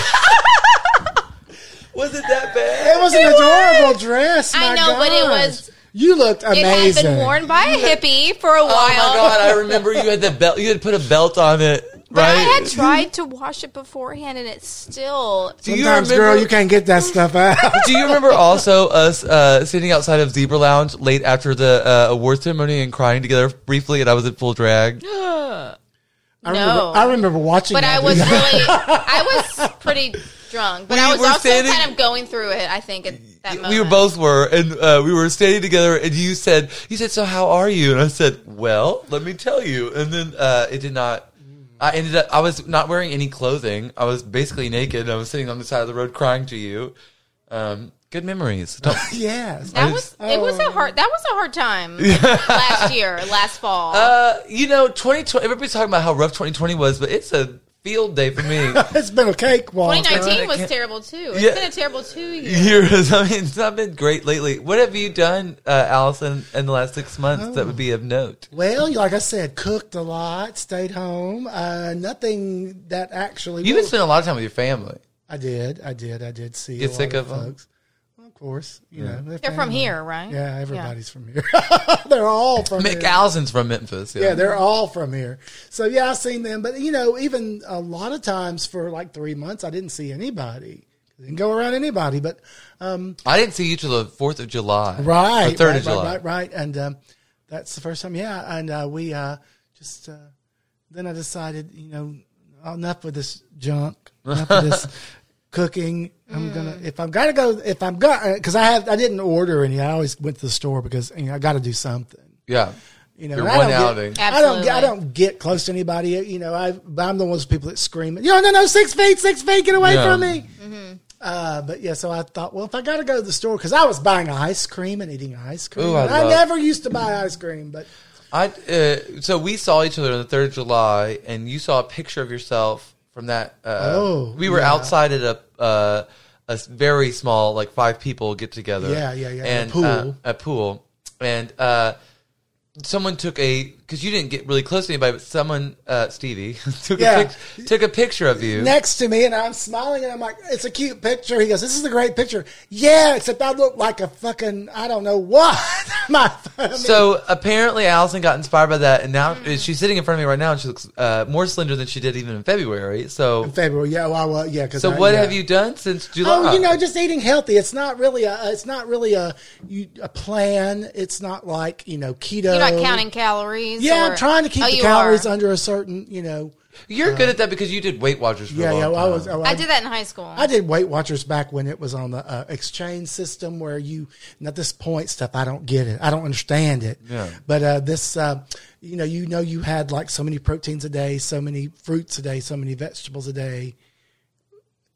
Speaker 3: perfume?
Speaker 2: was it that
Speaker 1: it
Speaker 2: bad?
Speaker 1: was an
Speaker 3: it
Speaker 1: adorable dress.
Speaker 3: I
Speaker 1: my
Speaker 3: know, but it
Speaker 1: gosh.
Speaker 3: was-
Speaker 1: You looked
Speaker 3: <laughs> it
Speaker 1: amazing.
Speaker 3: had been worn by
Speaker 2: <laughs>
Speaker 3: a hippie for a while.
Speaker 2: Oh my god! I remember you had the belt. You had put a belt on it,
Speaker 3: But
Speaker 2: right?
Speaker 3: I had tried to wash it beforehand and it still.
Speaker 2: Do you
Speaker 1: Sometimes,
Speaker 2: remember?
Speaker 1: girl, you can't get that stuff out.
Speaker 2: do you remember also us uh, sitting outside of Zebra Lounge late after the uh, award ceremony and crying together briefly? And I was in full drag.
Speaker 1: I remember,
Speaker 3: No.
Speaker 1: I remember watching.
Speaker 3: But
Speaker 1: that
Speaker 3: I was
Speaker 1: video.
Speaker 3: really,
Speaker 2: <laughs>
Speaker 3: I was pretty drunk. But
Speaker 2: We
Speaker 3: I was
Speaker 2: were
Speaker 3: also
Speaker 2: standing-
Speaker 3: kind of going through it. I think at that moment
Speaker 2: we were both were, and uh, we were standing together. And you said, "You said, so how are you?" And I said, "Well, let me tell you." And then uh, it did not. I ended up. I was not wearing any clothing. I was basically naked. And I was sitting on the side of the road crying to you. Um, good memories. Don't-
Speaker 1: yes.
Speaker 3: That was it. Was
Speaker 1: Oh.
Speaker 3: a hard. That was a
Speaker 2: <laughs>
Speaker 3: hard time last year, last fall.
Speaker 2: uh, you know, twenty twenty. Everybody's talking about how rough twenty twenty was, but it's a field day for me. <laughs>
Speaker 1: it's been a cakewalk.
Speaker 2: I
Speaker 3: 2019 was
Speaker 2: can't-
Speaker 3: terrible too. It's
Speaker 2: Yeah.
Speaker 3: been a terrible two years.
Speaker 2: Years. I mean, it's not been great lately. What have you done, uh, Allison, in the last six months that would be of note?
Speaker 1: Well, like I said, cooked a lot, stayed home. Uh, nothing that actually.
Speaker 2: You've been spending a lot of time with your family.
Speaker 1: I did, I did, I did see.
Speaker 2: Get
Speaker 1: a
Speaker 2: sick
Speaker 1: lot of,
Speaker 2: of 'em?
Speaker 1: folks. Well, of course, you know they're,
Speaker 3: They're from
Speaker 1: family.
Speaker 3: here, right?
Speaker 1: Yeah, everybody's from here. <laughs> they're all from
Speaker 2: Mick
Speaker 1: here.
Speaker 2: Allison's from Memphis.
Speaker 1: Yeah, they're all from here. So yeah, I've seen them, but you know, even a lot of times for like three months, I didn't see anybody. Didn't go around anybody, but
Speaker 2: I didn't see you till the Fourth of July,
Speaker 1: right,
Speaker 2: The Third
Speaker 1: right,
Speaker 2: of July.
Speaker 1: right, right, right. And um, that's the first time, yeah. And uh, we uh, just uh, then I decided, you know, enough with this junk, enough of
Speaker 2: <laughs>
Speaker 1: this cooking.
Speaker 2: Mm.
Speaker 1: I'm gonna if I'm gotta go if I'm gonna because I have I didn't order any. I always went to the store because you know, I got to do something.
Speaker 2: Yeah,
Speaker 1: You know,
Speaker 2: Your
Speaker 1: and I
Speaker 2: one
Speaker 1: don't
Speaker 2: outing.
Speaker 1: Get, I don't. get- I
Speaker 3: Absolutely.
Speaker 1: don't get close to anybody. You know, I, I'm the ones people that scream. You know, no, no, six feet, six feet, get away
Speaker 2: Yeah.
Speaker 1: from me. Uh, but yeah, so I thought, well, if I got to go to the store because I was buying ice cream and eating ice cream.
Speaker 2: Ooh, I
Speaker 1: And I,
Speaker 2: love-
Speaker 1: never used to buy ice cream, but
Speaker 2: I. Uh, so we saw each other on the Third of July, and you saw a picture of yourself from that. Uh,
Speaker 1: Oh,
Speaker 2: we were
Speaker 1: yeah.
Speaker 2: outside at a. Uh, a s- very small, like five people get together.
Speaker 1: Yeah, yeah, yeah,
Speaker 2: And
Speaker 1: a pool.
Speaker 2: uh, a pool, and uh, someone took a because you didn't get really close to anybody, but someone, uh, Stevie, <laughs> took
Speaker 1: Yeah.
Speaker 2: a pic- took a picture of you.
Speaker 1: next to me, and I'm smiling, and I'm like, it's a cute picture. He goes, this is a great picture. Yeah, except I look like a fucking I don't know what. <laughs> My I mean,
Speaker 2: So apparently, Allison got inspired by that, and now she's sitting in front of me right now, and she looks uh, more slender than she did even in February. So,
Speaker 1: February, yeah, well, well yeah. Cause
Speaker 2: so
Speaker 1: I-
Speaker 2: what
Speaker 1: yeah.
Speaker 2: have you done since July?
Speaker 1: Oh, you know, just eating healthy. It's not really a. It's not really a. You, a plan. It's not like you know keto.
Speaker 3: You're not counting calories.
Speaker 1: Yeah,
Speaker 3: or-
Speaker 1: I'm trying to keep
Speaker 3: Oh,
Speaker 1: the
Speaker 3: you
Speaker 1: calories
Speaker 3: are.
Speaker 1: under a certain. You know.
Speaker 2: you're good at that because you did Weight Watchers. For
Speaker 1: Uh, Yeah,
Speaker 2: a long
Speaker 1: yeah. well, I
Speaker 2: time.
Speaker 1: was. oh, I,
Speaker 3: I did that in high school.
Speaker 1: I did Weight Watchers back when it was on the uh, exchange system, where you. Now this point stuff, I don't get it. I don't understand it.
Speaker 2: Yeah.
Speaker 1: But uh, this, uh, you know, you know, you had like so many proteins a day, so many fruits a day, so many vegetables a day,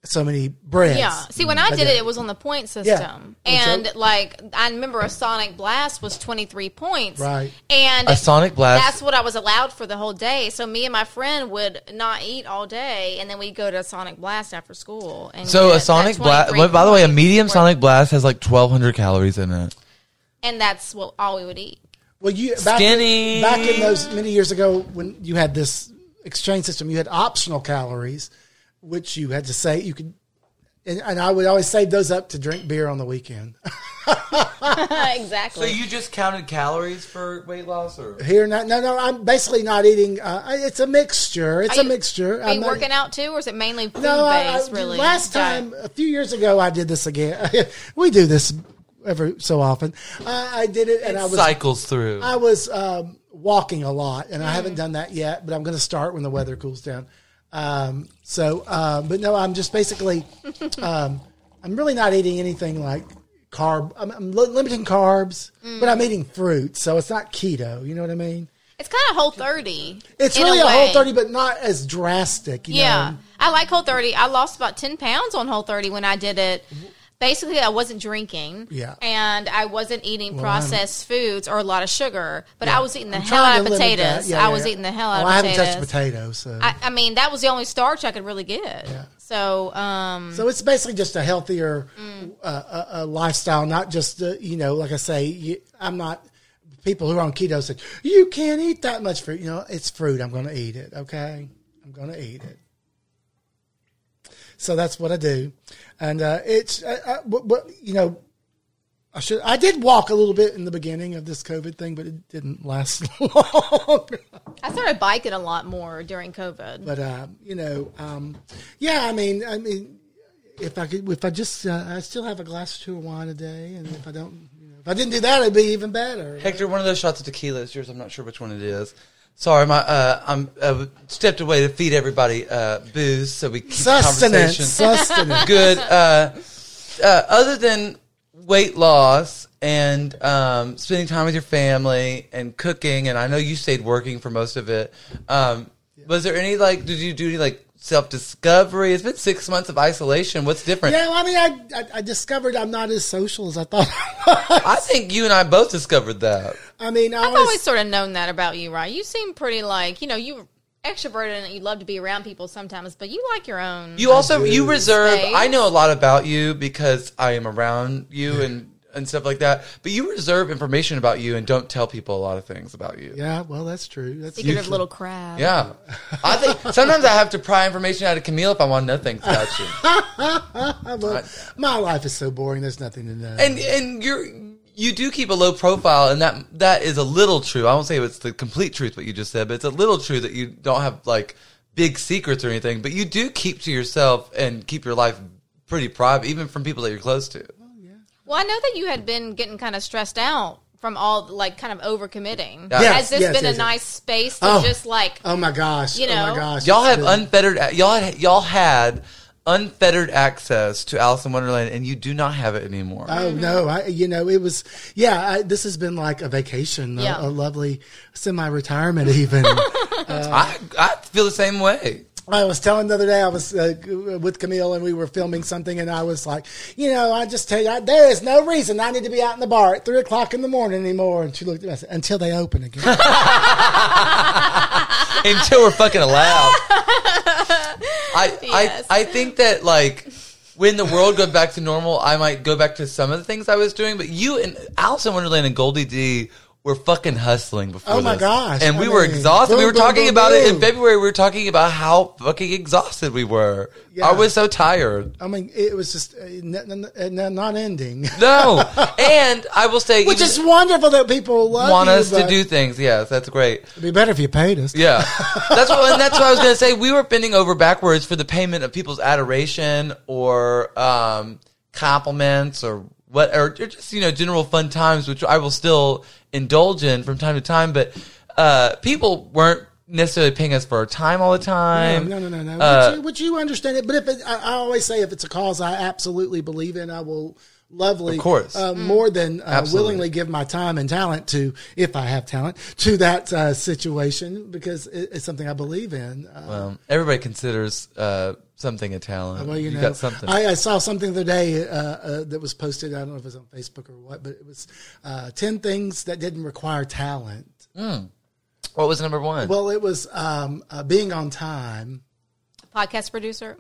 Speaker 1: so many breads.
Speaker 3: Yeah. See, when I did it, it was on the point system,
Speaker 1: Yeah.
Speaker 3: and like I remember a Sonic Blast was twenty three points,
Speaker 1: Right.
Speaker 3: And
Speaker 2: A Sonic Blast.
Speaker 3: That's what I was allowed for the whole day. So me and my friend would not eat all day, and then we'd go to a Sonic Blast after school. And
Speaker 2: so
Speaker 3: get
Speaker 2: a
Speaker 3: that
Speaker 2: Sonic Blast.
Speaker 3: 23
Speaker 2: By the way, a
Speaker 3: point
Speaker 2: medium
Speaker 3: worth-
Speaker 2: Sonic Blast has like 1,200 calories in it.
Speaker 3: and that's what all we would eat.
Speaker 1: Well, you back,
Speaker 2: Skinny.
Speaker 1: back in those many years ago when you had this exchange system, you had optional calories, which you had to say you could. And, and I would always save those up to drink beer on the weekend. <laughs>
Speaker 3: exactly.
Speaker 2: you just counted calories for weight loss, or
Speaker 1: Here, not, no, no. I'm basically not eating. Uh, I- it's a mixture. It's
Speaker 3: Are
Speaker 1: a
Speaker 3: you-
Speaker 1: mixture.
Speaker 3: Are
Speaker 1: I'm
Speaker 3: you
Speaker 1: not-
Speaker 3: working out too, or is it mainly
Speaker 1: <laughs>
Speaker 3: food
Speaker 1: No, I-
Speaker 3: based?
Speaker 1: I-
Speaker 3: really.
Speaker 1: Last
Speaker 3: Diet?
Speaker 1: time, a few years ago, I did this again. <laughs> we do this every so often. Uh, I did it, and I was
Speaker 2: cycles through.
Speaker 1: I was um, walking a lot, and I
Speaker 3: Mm.
Speaker 1: haven't done that yet, but I'm going to start when the weather cools down. Um, so, uh, but no, I'm just basically, um, I'm really not eating anything like
Speaker 3: Mm.
Speaker 1: carb. I'm, I'm li- limiting carbs, but I'm eating fruit, so it's not keto. You know what I mean?
Speaker 3: It's kind of Whole 30.
Speaker 1: It's
Speaker 3: in
Speaker 1: really a, whole
Speaker 3: way.
Speaker 1: 30, but not as drastic. You
Speaker 3: Yeah.
Speaker 1: Know?
Speaker 3: I like Whole 30. I lost about 10 pounds on Whole 30 when I did it. Basically, I wasn't drinking.
Speaker 1: Yeah.
Speaker 3: And I wasn't eating
Speaker 1: Well, I'm-
Speaker 3: processed foods or a lot of sugar, but I was eating the
Speaker 1: I'm
Speaker 3: hell
Speaker 1: trying
Speaker 3: out of
Speaker 1: to limit that.
Speaker 3: potatoes.
Speaker 1: Yeah, yeah,
Speaker 3: I was
Speaker 1: yeah.
Speaker 3: eating the hell out
Speaker 1: Well,
Speaker 3: of
Speaker 1: I haven't
Speaker 3: potatoes.
Speaker 1: touched potatoes. So.
Speaker 3: I, I mean, that was the only starch I could really get. So, um,
Speaker 1: so it's basically just a healthier uh, uh, uh, lifestyle, not just, uh, you know, like I say, you, I'm not. People who are on keto say, you can't eat that much fruit. You know, it's fruit. I'm going to eat it. Okay. I'm going to eat it. So that's what I do. And uh, it's, uh, uh, but, but, you know, I should. I did walk a little bit in the beginning of this COVID thing, but it didn't last <laughs> long.
Speaker 3: I started biking a lot more during COVID.
Speaker 1: but uh, you know, um, yeah. I mean, I mean, if I could, if I just, uh, I still have a glass or two of wine a day, and if I don't, you know, if I didn't do that, it'd be even better.
Speaker 2: Hector, one of those shots of tequila is yours. I'm not sure which one it is. Sorry, my uh, I'm uh, stepped away to feed everybody uh, booze, so we keep
Speaker 1: Sustenance,
Speaker 2: the conversation
Speaker 1: sustenance. <laughs>
Speaker 2: good. Uh, uh, other than weight loss and um, spending time with your family and cooking, and I know you stayed working for most of it. Um, was there any like? Did you do any like self discovery? It's been six months of isolation. What's different?
Speaker 1: Yeah, well, I mean, I, I I discovered I'm not as social as I thought. I was.
Speaker 2: I think you and I both discovered that.
Speaker 1: I mean, I
Speaker 3: I've
Speaker 1: always,
Speaker 3: always sort of known that about you, right? You seem pretty like, you know, you extroverted and you love to be around people sometimes, but you like your own.
Speaker 2: You also
Speaker 1: do.
Speaker 2: you reserve.
Speaker 3: Space.
Speaker 2: I know a lot about you because I am around you and and stuff like that. But you reserve information about you and don't tell people a lot of things about you. Yeah.
Speaker 1: yeah, well, that's true. That's
Speaker 3: Speaking of
Speaker 1: true.
Speaker 3: little crab.
Speaker 2: I think sometimes I have to pry information out of Camille if I want to know things about you.
Speaker 1: I love- my life is so boring. There's nothing to know.
Speaker 2: And and you're you do keep a low profile, and that that is a little true. I won't say it's the complete truth what you just said, but it's a little true that you don't have like big secrets or anything. But you do keep to yourself and keep your life pretty private, even from people that you're close to.
Speaker 3: Well, I know that you had been getting kind of stressed out from all, like, kind of overcommitting.
Speaker 2: Yeah.
Speaker 3: Has this
Speaker 1: Yes,
Speaker 3: been
Speaker 1: yes, yes.
Speaker 3: a nice space to
Speaker 1: Oh.
Speaker 3: just, like,
Speaker 1: oh my gosh!
Speaker 3: You
Speaker 1: oh
Speaker 3: know.
Speaker 1: my gosh!
Speaker 2: y'all
Speaker 1: it's
Speaker 2: have
Speaker 1: been-
Speaker 2: unfettered y'all had, y'all had unfettered access to Alice in Wonderland and you do not have it anymore.
Speaker 1: Oh no! I you know it was yeah. I, this has been like a vacation, a-
Speaker 3: Yeah.
Speaker 1: a, lovely semi-retirement. <laughs> Even
Speaker 2: I I feel the same way.
Speaker 1: I was telling the other day I was uh, with Camille and we were filming something, and I was like, you know, I just tell you I, there is no reason I need to be out in the bar at three o'clock in the morning anymore. And she looked at me I said, until they open
Speaker 2: <laughs>
Speaker 1: again.
Speaker 2: Until we're fucking allowed. I
Speaker 3: Yes.
Speaker 2: I I think that like when the world goes back to normal, I might go back to some of the things I was doing, but you and Alice in Wonderland and Goldie D were fucking hustling before.
Speaker 1: Oh my
Speaker 2: this.
Speaker 1: gosh.
Speaker 2: And
Speaker 1: I
Speaker 2: we were
Speaker 1: mean,
Speaker 2: exhausted. we
Speaker 1: boom,
Speaker 2: were
Speaker 1: boom,
Speaker 2: talking
Speaker 1: boom,
Speaker 2: about it in
Speaker 1: boom.
Speaker 2: February. We were talking about how fucking exhausted we were. I
Speaker 1: Yeah.
Speaker 2: was so tired.
Speaker 1: I mean, it was just uh, n- n- n- not
Speaker 2: <laughs>
Speaker 1: ending,
Speaker 2: No,
Speaker 1: <laughs>
Speaker 2: and I will say,
Speaker 1: which
Speaker 2: even-
Speaker 1: is wonderful that people love
Speaker 2: want
Speaker 1: you,
Speaker 2: us to
Speaker 1: but
Speaker 2: do things. Yes, that's great.
Speaker 1: It'd be better if you paid us.
Speaker 2: Yeah, that's what. And that's what I was going to say. We were bending over backwards for the payment of people's adoration or um, compliments or what, or, or just you know general fun times, which I will still indulge in from time to time. But uh, people weren't necessarily paying us for our time all the time.
Speaker 1: No, no, no, no.
Speaker 2: Uh,
Speaker 1: would, you, would you understand it? But if it, I, I always say, if it's a cause I absolutely believe in, I will lovely,
Speaker 2: Of course.
Speaker 1: uh, more than uh,
Speaker 2: Absolutely.
Speaker 1: willingly give my time and talent to, if I have talent, to that uh, situation because it, it's something I believe in. Uh,
Speaker 2: um, everybody considers uh, something a talent.
Speaker 1: well, you, know,
Speaker 2: got something.
Speaker 1: I, I saw something the other day uh, uh, that was posted. I don't know if it was on Facebook or what, but it was uh, ten things that didn't require talent.
Speaker 2: what was number one?
Speaker 1: Well, it was um, uh, being on time.
Speaker 3: podcast producer?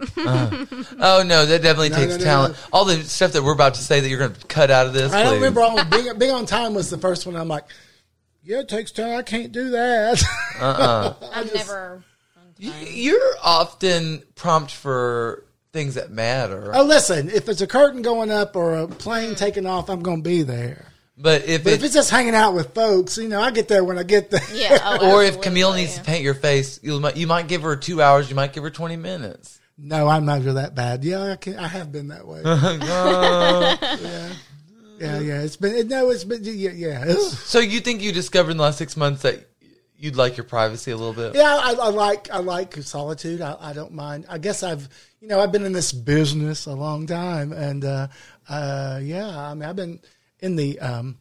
Speaker 2: Oh no, that definitely takes
Speaker 1: no, no,
Speaker 2: talent.
Speaker 1: no.
Speaker 2: All the stuff that we're about to say that you're going to cut out of this.
Speaker 1: I don't
Speaker 2: please.
Speaker 1: remember all, being, being on time was the first one. I'm like, yeah, it takes time. I can't do that. <laughs>
Speaker 3: I've never.
Speaker 2: Y- You're often prompt for things that matter,
Speaker 1: oh, listen, if it's a curtain going up or a plane taking off, I'm going to be there.
Speaker 2: but if
Speaker 1: But if
Speaker 2: it's
Speaker 1: it's just hanging out with folks, you know, I get there when I get there.
Speaker 3: Yeah. Oh,
Speaker 2: or if Camille
Speaker 3: absolutely.
Speaker 2: needs to paint your face, you might you might give her two hours, you might give her twenty minutes.
Speaker 1: <laughs> No, I'm not really that bad. Yeah, I, can, I have been that way. yeah, yeah, yeah. It's been no, it's been yeah, yeah. It's-
Speaker 2: So you think you discovered in the last six months that you'd like your privacy a little bit?
Speaker 1: yeah, I, I like I like solitude. I, I don't mind. I guess I've you know I've been in this business a long time, and uh, uh, yeah, I mean I've been in the um,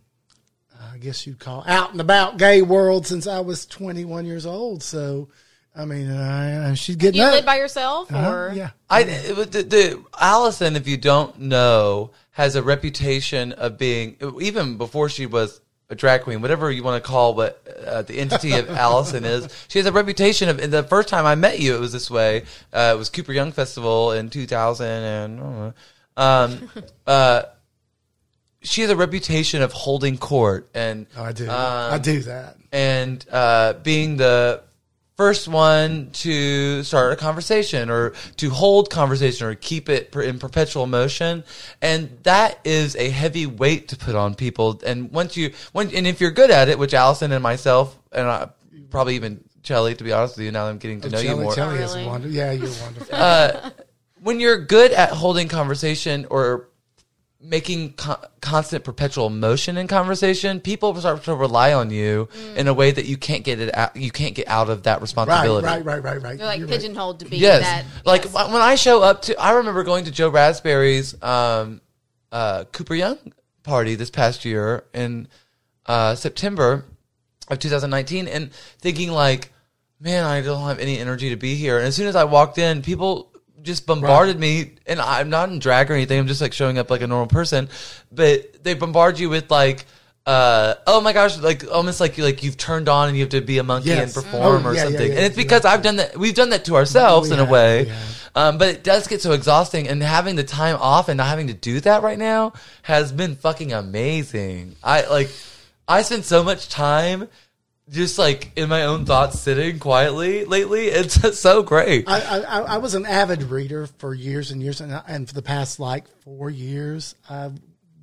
Speaker 1: uh, I guess you'd call out and about gay world since I was 21 years old. So, I mean, I, I- she's getting
Speaker 3: You
Speaker 1: up.
Speaker 3: live by yourself,
Speaker 2: Uh-huh,
Speaker 1: Huh?
Speaker 3: or
Speaker 1: yeah.
Speaker 2: I it was- the, the Allison, if you don't know, has a reputation of being even before she was a drag queen, whatever you want to call what uh, the entity
Speaker 1: <laughs>
Speaker 2: of Allison is. She has a reputation of. and The first time I met you, it was this way. Uh, it was Cooper Young Festival in two thousand and. I don't know.
Speaker 1: <laughs>
Speaker 2: Um, uh, she has a reputation of holding court and
Speaker 1: Oh, I do.
Speaker 2: um,
Speaker 1: I do that.
Speaker 2: and uh, being the first one to start a conversation or to hold conversation or keep it per- in perpetual motion and that is a heavy weight to put on people and once you when, and if you're good at it which allison and myself and I, probably even Chelly, to be honest with you, now that I'm getting to know you
Speaker 1: Shelley-
Speaker 2: more
Speaker 1: Shelley
Speaker 3: Oh,
Speaker 1: is
Speaker 3: really?
Speaker 1: wonderful. Yeah, you're wonderful.
Speaker 2: <laughs> when you're good at holding conversation or making co- constant perpetual motion in conversation people start to rely on you in a way that you can't get it out you can't get out of that
Speaker 1: Mm. right,
Speaker 2: responsibility
Speaker 1: right, right, right, right.
Speaker 3: you're like
Speaker 1: You're right.
Speaker 3: pigeonholed to be
Speaker 2: yes
Speaker 3: that?
Speaker 2: like
Speaker 3: yes.
Speaker 2: when i show up to i remember going to joe raspberry's um uh cooper young party this past year in uh september of 2019 and thinking like man i don't have any energy to be here and as soon as i walked in people just bombarded me and i'm not in drag or anything i'm just like showing up like a normal person but they bombard you with like uh, oh my gosh! Like almost like you like you've turned on and you have to be a monkey
Speaker 1: Yes.
Speaker 2: and perform
Speaker 1: Oh,
Speaker 2: or
Speaker 1: yeah, yeah,
Speaker 2: something,
Speaker 1: yeah,
Speaker 2: and it's because I've done that. We've done that to ourselves in a
Speaker 1: have,
Speaker 2: way,
Speaker 1: we have.
Speaker 2: um, but it does get so exhausting, and having the time off and not having to do that right now has been fucking amazing. I like, I spend so much time just like in my own thoughts, sitting quietly lately. It's <laughs> just so great.
Speaker 1: I, I, I- I was an avid reader for years and years, and, I- and for the past like four years, I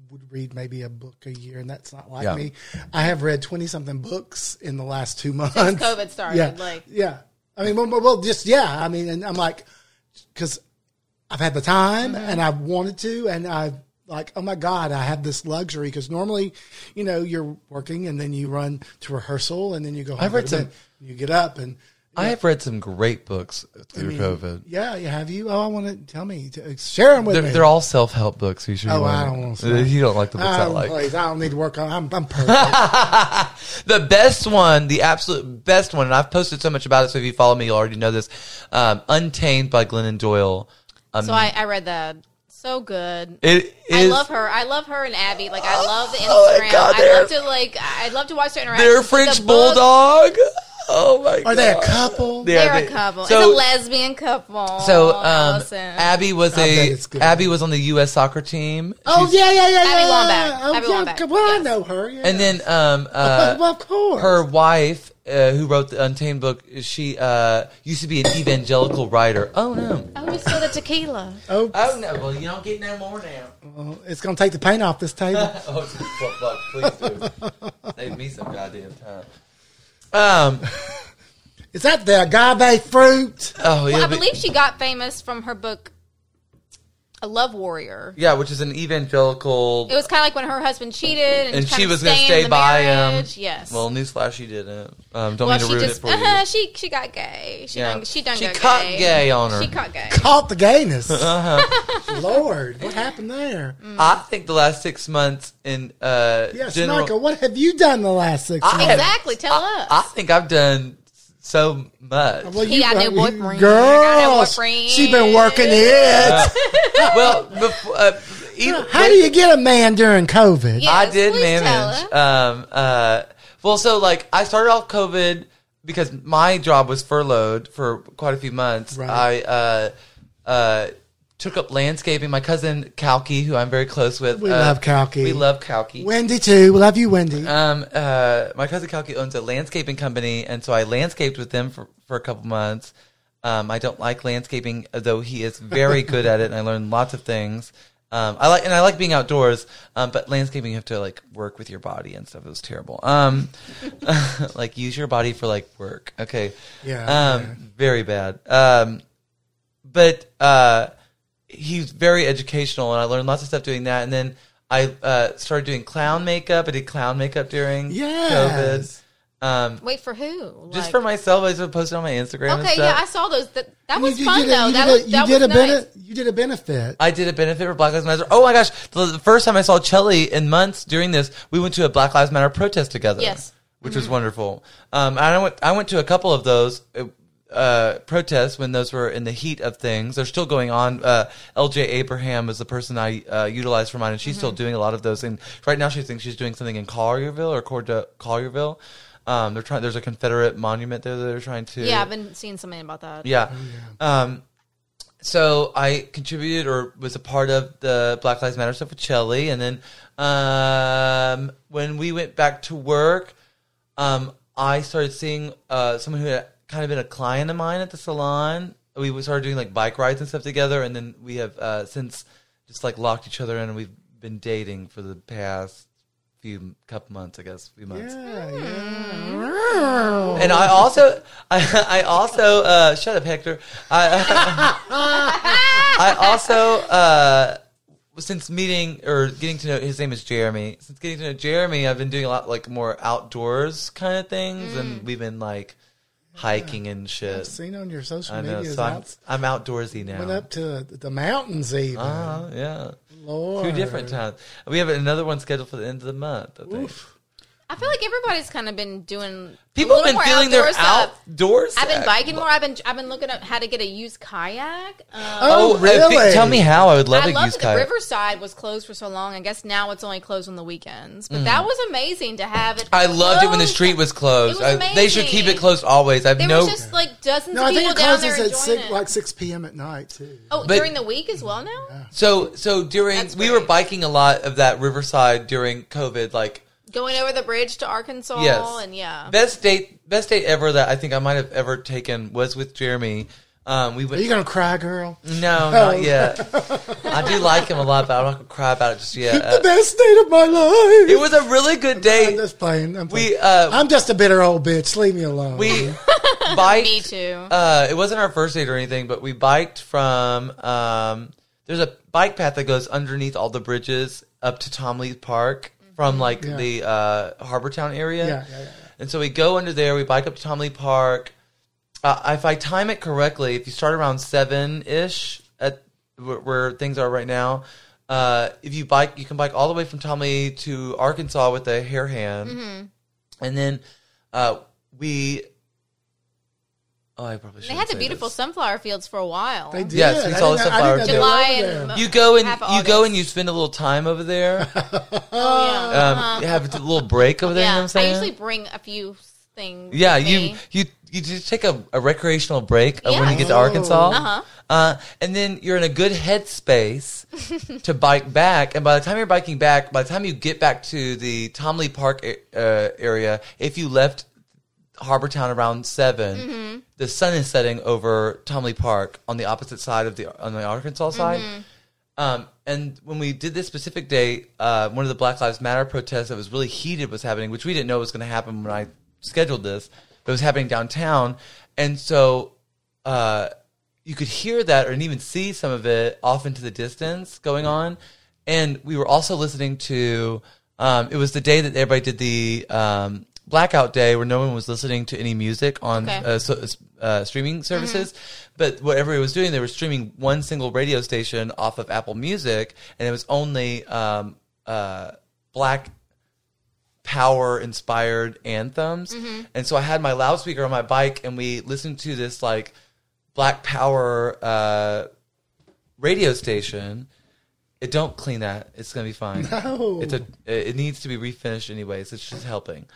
Speaker 1: would read maybe a book a year, and that's not like
Speaker 2: Yeah.
Speaker 1: me. I have read twenty something books in the last two months.
Speaker 3: COVID
Speaker 1: <laughs>
Speaker 3: started,
Speaker 1: yeah,
Speaker 3: like-
Speaker 1: yeah. I mean, well, well, well, just yeah. I mean, and I'm like, because I've had the time
Speaker 3: Mm-hmm.
Speaker 1: and I've wanted to, and I've like, oh my God, I have this luxury because normally, you know, you're working and then you run to rehearsal and then you go. Home,
Speaker 2: I've read
Speaker 1: go to bed, You get up and
Speaker 2: I have read some great books through COVID.
Speaker 1: yeah, you have you? Oh, I want to tell me. T- Share them with
Speaker 2: They're,
Speaker 1: me.
Speaker 2: they're all self help books. You should.
Speaker 1: Oh, I
Speaker 2: want-
Speaker 1: don't want to.
Speaker 2: <laughs> You don't like the books I
Speaker 1: I'm
Speaker 2: like.
Speaker 1: pleased. Ah, I don't need to work on. I'm, I'm
Speaker 2: <laughs>
Speaker 1: perfect.
Speaker 2: The best one, the absolute best one, and I've posted so much about it. So if you follow me, you already know this. Um, Untamed by Glennon Doyle. Um,
Speaker 3: so I, I read that. So good.
Speaker 2: it
Speaker 3: I
Speaker 2: is-
Speaker 3: love her. I love her and Abby. Like I love the Instagram.
Speaker 2: <gasps> Oh my God,
Speaker 3: I love
Speaker 2: they're-
Speaker 3: to like. I love to watch their interactions.
Speaker 2: They're
Speaker 3: with the
Speaker 2: French
Speaker 3: book.
Speaker 2: bulldog. Oh my god!
Speaker 1: Are they a couple?
Speaker 2: They are-
Speaker 3: They're a
Speaker 2: they-
Speaker 3: couple.
Speaker 2: So-
Speaker 3: it's a lesbian couple.
Speaker 2: So um,
Speaker 3: Allison.
Speaker 2: Abby was
Speaker 1: I bet
Speaker 2: a
Speaker 1: it's good.
Speaker 2: Abby was on the U.S. soccer team,
Speaker 1: oh yeah, yeah, yeah, yeah.
Speaker 3: Abby Wambach.
Speaker 1: Oh,
Speaker 3: Abby
Speaker 1: yeah,
Speaker 3: Wambach.
Speaker 1: Come on,
Speaker 3: Yes.
Speaker 1: I know her. Yeah.
Speaker 2: and then um,
Speaker 1: well, <laughs>
Speaker 2: uh,
Speaker 1: of course,
Speaker 2: her wife, uh, who wrote the Untamed book, she uh, used to be an evangelical writer. Oh no!
Speaker 3: oh, we spilled the tequila.
Speaker 1: Oh,
Speaker 2: Oh no! Well, you don't get no more now.
Speaker 1: well, it's gonna take the paint off this table.
Speaker 2: <laughs> Oh, fuck, fuck, <laughs> please do. Save me some goddamn time. Um.
Speaker 1: Is that the agave fruit?
Speaker 2: Oh yeah.
Speaker 3: Well, I
Speaker 2: but-
Speaker 3: believe she got famous from her book, A Love Warrior.
Speaker 2: yeah, which is an evangelical,
Speaker 3: It was kind of like when her husband cheated, and,
Speaker 2: and she
Speaker 3: kinda
Speaker 2: was going to
Speaker 3: in
Speaker 2: stay
Speaker 3: the
Speaker 2: by him.
Speaker 3: marriage. Yes.
Speaker 2: Well, newsflash, she didn't. Um, don't mean
Speaker 3: Well,
Speaker 2: to
Speaker 3: she
Speaker 2: ruin it
Speaker 3: just
Speaker 2: for
Speaker 3: uh-huh,
Speaker 2: you.
Speaker 3: she she got gay. She
Speaker 2: Yeah.
Speaker 3: done, she done
Speaker 2: She
Speaker 3: got
Speaker 2: caught
Speaker 3: gay.
Speaker 2: gay on her. Uh-huh.
Speaker 3: She caught gay.
Speaker 1: Caught the gayness.
Speaker 2: <laughs>
Speaker 1: Lord, what happened there?
Speaker 3: Mm.
Speaker 2: I think the last six months in uh,
Speaker 1: Yes,
Speaker 2: general,
Speaker 1: Michael, what have you done the last six
Speaker 2: <laughs> I
Speaker 1: months?
Speaker 2: have-
Speaker 3: Exactly. Tell
Speaker 2: I,
Speaker 3: us.
Speaker 2: I think I've done so much.
Speaker 1: Well,
Speaker 3: He got a new
Speaker 1: you-
Speaker 3: boyfriend.
Speaker 1: Girl,
Speaker 3: Got a new boyfriend.
Speaker 1: she been working it.
Speaker 2: <laughs> <laughs> well,
Speaker 1: <laughs>
Speaker 2: before, uh, even,
Speaker 1: How do you get a man during COVID?
Speaker 3: Yeah.
Speaker 2: I
Speaker 3: Yes,
Speaker 2: did
Speaker 3: please
Speaker 2: manage. Um, uh, well, so like I started off COVID because my job was furloughed for quite a few months.
Speaker 1: Right.
Speaker 2: I uh, uh, took up landscaping. My cousin Kalki, who I'm very close with,
Speaker 1: We
Speaker 2: uh,
Speaker 1: love Kalki.
Speaker 2: We love Kalki.
Speaker 1: Wendy too. We love you, Wendy.
Speaker 2: Um, uh, my cousin Kalki owns a landscaping company, and so I landscaped with them for, for a couple months. Um, I don't like landscaping, though he is very good at it, and I learned lots of things. Um, I like and I like being outdoors, um, but landscaping you have to like work with your body and stuff. It was terrible. Um, <laughs> like use your body for like work. Okay.
Speaker 1: Yeah,
Speaker 2: Um, very bad. Um, but uh, he's very educational, and I learned lots of stuff doing that. And then I uh, started doing clown makeup. I did clown makeup during
Speaker 1: Yes.
Speaker 2: COVID. Um,
Speaker 3: Wait for who?
Speaker 2: just
Speaker 3: Like-
Speaker 2: for myself, I just posted on my Instagram. and
Speaker 3: Okay,
Speaker 2: stuff.
Speaker 3: yeah, I saw those. That, that was
Speaker 1: you,
Speaker 3: fun
Speaker 1: did a,
Speaker 3: though.
Speaker 1: You
Speaker 3: that
Speaker 1: did a,
Speaker 3: was
Speaker 1: you
Speaker 3: that
Speaker 1: did
Speaker 3: was
Speaker 1: a
Speaker 3: nice.
Speaker 1: bene- you did a benefit.
Speaker 2: I did a benefit for Black Lives Matter. Oh my gosh, the, the first time I saw Chelly in months during this, we went to a Black Lives Matter protest together.
Speaker 3: Yes. Mm-hmm.
Speaker 2: which was wonderful. Um, and I went, I went to a couple of those uh, uh, protests when those were in the heat of things. They're still going on. Uh, L.J. Abraham is the person I uh, utilized for mine, and she's
Speaker 3: Mm-hmm.
Speaker 2: still doing a lot of those. And right now, she thinks she's doing something in Collierville or Corda- Collierville. Um, they're trying. There's a Confederate monument there that they're trying to.
Speaker 3: Yeah, I've been seeing something about that.
Speaker 2: Yeah. Um, so I contributed or was a part of the Black Lives Matter stuff with Chelly. And then um, when we went back to work, um, I started seeing uh, someone who had kind of been a client of mine at the salon. We was- started doing like bike rides and stuff together. And then we have uh, since just like locked each other in and we've been dating for the past few couple months, I guess, few months.
Speaker 1: Yeah, yeah.
Speaker 2: And I also, I, I also, uh, shut up, Hector. I, I <laughs> also, uh, since meeting or getting to know his name is Jeremy. Since getting to know Jeremy, I've been doing a lot like more outdoors kind of things,
Speaker 3: Mm.
Speaker 2: and we've been like hiking and
Speaker 1: I've
Speaker 2: shit.
Speaker 1: seen on your social
Speaker 2: I know,
Speaker 1: media.
Speaker 2: so I'm, I'm outdoorsy
Speaker 1: went
Speaker 2: now.
Speaker 1: up to the mountains even.
Speaker 2: Uh, yeah,
Speaker 1: Lord.
Speaker 2: two different times. We have another one scheduled for the end of the month. I think.
Speaker 1: Oof.
Speaker 3: I feel like everybody's kind of been doing
Speaker 2: People
Speaker 3: a
Speaker 2: have
Speaker 3: little
Speaker 2: been
Speaker 3: more
Speaker 2: feeling their
Speaker 3: outdoor stuff.
Speaker 2: outdoors.
Speaker 3: I've been biking more. I've been I've been looking up how to get a used kayak. Um,
Speaker 1: Oh,
Speaker 2: uh,
Speaker 1: really?
Speaker 2: fi- tell me how. I would love
Speaker 3: I
Speaker 2: a
Speaker 3: love
Speaker 2: used
Speaker 3: that the
Speaker 2: kayak.
Speaker 3: Riverside was closed for so long. I guess now it's only closed on the weekends. But that was amazing to have it.
Speaker 2: Mm. I loved it when the
Speaker 3: closed.
Speaker 2: street was closed.
Speaker 3: Oh, It was
Speaker 2: I- they should
Speaker 3: amazing.
Speaker 2: keep it closed always. I have
Speaker 3: There
Speaker 2: no.
Speaker 3: was just like dozens
Speaker 1: No,
Speaker 3: of
Speaker 1: I
Speaker 3: people
Speaker 1: think it
Speaker 3: down there
Speaker 1: closes
Speaker 3: enjoying
Speaker 1: at six,
Speaker 3: it.
Speaker 1: like six p.m. at night too.
Speaker 3: oh,
Speaker 2: But-
Speaker 3: during the week as well now.
Speaker 2: so so during
Speaker 3: That's
Speaker 2: we were
Speaker 3: great.
Speaker 2: biking a lot of that Riverside during COVID. Like
Speaker 3: Going over the bridge to Arkansas
Speaker 2: yes,
Speaker 3: and yeah.
Speaker 2: best date best date ever that I think I might have ever taken was with Jeremy. Um, we
Speaker 1: Are
Speaker 2: went.
Speaker 1: you gonna cry, girl? <laughs>
Speaker 2: no, not yet. I do like him a lot, but I'm not gonna cry about it
Speaker 1: <laughs>
Speaker 2: just yet.
Speaker 1: the
Speaker 2: Uh,
Speaker 1: best date of my life.
Speaker 2: it was a
Speaker 1: <laughs>
Speaker 2: really good
Speaker 1: I'm
Speaker 2: date.
Speaker 1: just playing. I'm,
Speaker 2: We
Speaker 1: playing.
Speaker 2: uh,
Speaker 1: I'm just a bitter old bitch. Leave me alone. <laughs>
Speaker 2: we biked.
Speaker 3: <laughs> Me too.
Speaker 2: Uh, it wasn't our first date or anything, but we biked from. Um, there's a bike path that goes underneath all the bridges up to Tom Lee Park from like
Speaker 1: Yeah.
Speaker 2: the uh, Harbor Town area.
Speaker 1: Yeah, yeah, yeah, yeah.
Speaker 2: And so we go under there. We bike up to Tom Lee Park. Uh, if I time it correctly, if you start around seven ish at where, where things are right now, uh, if you bike, you can bike all the way from Tom Lee to Arkansas with a hair hand,
Speaker 3: Mm-hmm.
Speaker 2: and then uh, we. Oh, I probably should.
Speaker 3: They had the beautiful sunflower fields for a while.
Speaker 1: They did.
Speaker 2: Yes, we
Speaker 1: I
Speaker 2: saw
Speaker 1: didn't
Speaker 2: the
Speaker 1: know- I didn't know they were
Speaker 3: July
Speaker 1: over there.
Speaker 3: and
Speaker 2: You go and
Speaker 3: half of
Speaker 2: you go
Speaker 3: August.
Speaker 2: and you spend a little time over
Speaker 3: <laughs>
Speaker 2: there.
Speaker 3: Oh, yeah.
Speaker 2: Um, you have a little break over there. You know what I'm
Speaker 3: I
Speaker 2: saying?
Speaker 3: usually bring a few things.
Speaker 2: Yeah,
Speaker 3: with
Speaker 2: you
Speaker 3: me.
Speaker 2: you you just take a, a recreational break uh, when you get to
Speaker 1: Yeah.
Speaker 2: Arkansas,
Speaker 3: Uh-huh.
Speaker 2: uh, and then you're in a good headspace to bike back. And by the time you're biking back, by the time you get back to the Tom Lee Park a- uh, area, if you left Harbor Town around 7 the sun is setting over Tom Lee Park on the opposite side of the on the Arkansas side. Um, and when we did this specific day, uh, one of the Black Lives Matter protests that was really heated was happening, which we didn't know was going to happen when I scheduled this. But it was happening downtown, and so uh, you could hear that or even see some of it off into the distance going on. And we were also listening to. Um, it was the day that everybody did the um, blackout day, where no one was listening to any music on
Speaker 3: Okay.
Speaker 2: uh, so, uh, streaming services. But what everybody was doing, they were streaming one single radio station off of Apple Music, and it was only um, uh, black power inspired anthems. And so I had my loudspeaker on my bike, and we listened to this like black power uh, radio station. It don't clean that. It's gonna be fine.
Speaker 1: No.
Speaker 2: It's a. It it needs to be refinished anyways. It's just helping.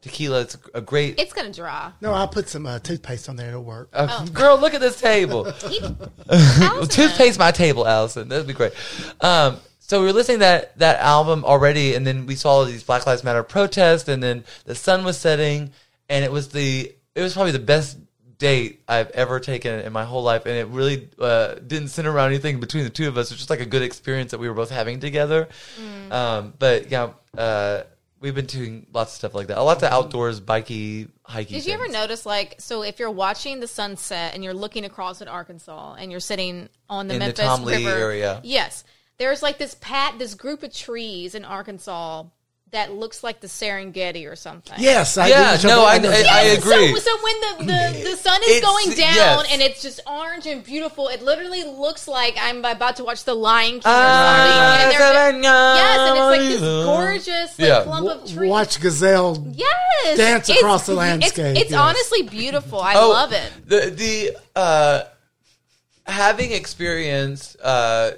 Speaker 2: Tequila. It's a great.
Speaker 3: It's gonna dry.
Speaker 1: No, I put some uh, toothpaste on there. It'll work.
Speaker 2: Uh, Girl, look at this table.
Speaker 3: He,
Speaker 2: <laughs> Well,
Speaker 3: Allison,
Speaker 2: toothpaste my table, Allison. That'd be great. Um, so we were listening to that that album already, and then we saw these Black Lives Matter protests, and then the sun was setting, and it was the it was probably the best date I've ever taken in my whole life, and it really uh, didn't center around anything between the two of us. It was just like a good experience that we were both having together.
Speaker 3: Mm.
Speaker 2: Um, but yeah, uh, we've been doing lots of stuff like that, lots of outdoors, bikey, hiking.
Speaker 3: Did you ever
Speaker 2: things.
Speaker 3: notice, like, so if you're watching the sunset and you're looking across at Arkansas and you're sitting on the
Speaker 2: In the
Speaker 3: Memphis
Speaker 2: Tom Lee
Speaker 3: River
Speaker 2: area.
Speaker 3: Yes, there's like this pat, this group of trees in Arkansas that looks like the Serengeti or something.
Speaker 1: Yes, I
Speaker 2: Yeah,
Speaker 1: did.
Speaker 2: no, I-
Speaker 1: did.
Speaker 2: I-
Speaker 3: Yes,
Speaker 2: agree.
Speaker 3: So, so when the, the, the sun is
Speaker 2: It's-
Speaker 3: going down
Speaker 2: yes.
Speaker 3: and it's just orange and beautiful, it literally looks like I'm about to watch The Lion King. or
Speaker 2: Ah,
Speaker 3: something. And they're-
Speaker 2: Serengeti.
Speaker 3: yes, and it's like this gorgeous like,
Speaker 2: Yeah.
Speaker 3: clump of trees.
Speaker 1: watch gazelle.
Speaker 3: yes,
Speaker 1: dance
Speaker 3: It's-
Speaker 1: across the
Speaker 3: it's-
Speaker 1: landscape,
Speaker 3: It's,
Speaker 1: yes.
Speaker 3: honestly beautiful. I
Speaker 2: Oh,
Speaker 3: love it.
Speaker 2: The the uh, having experienced uh,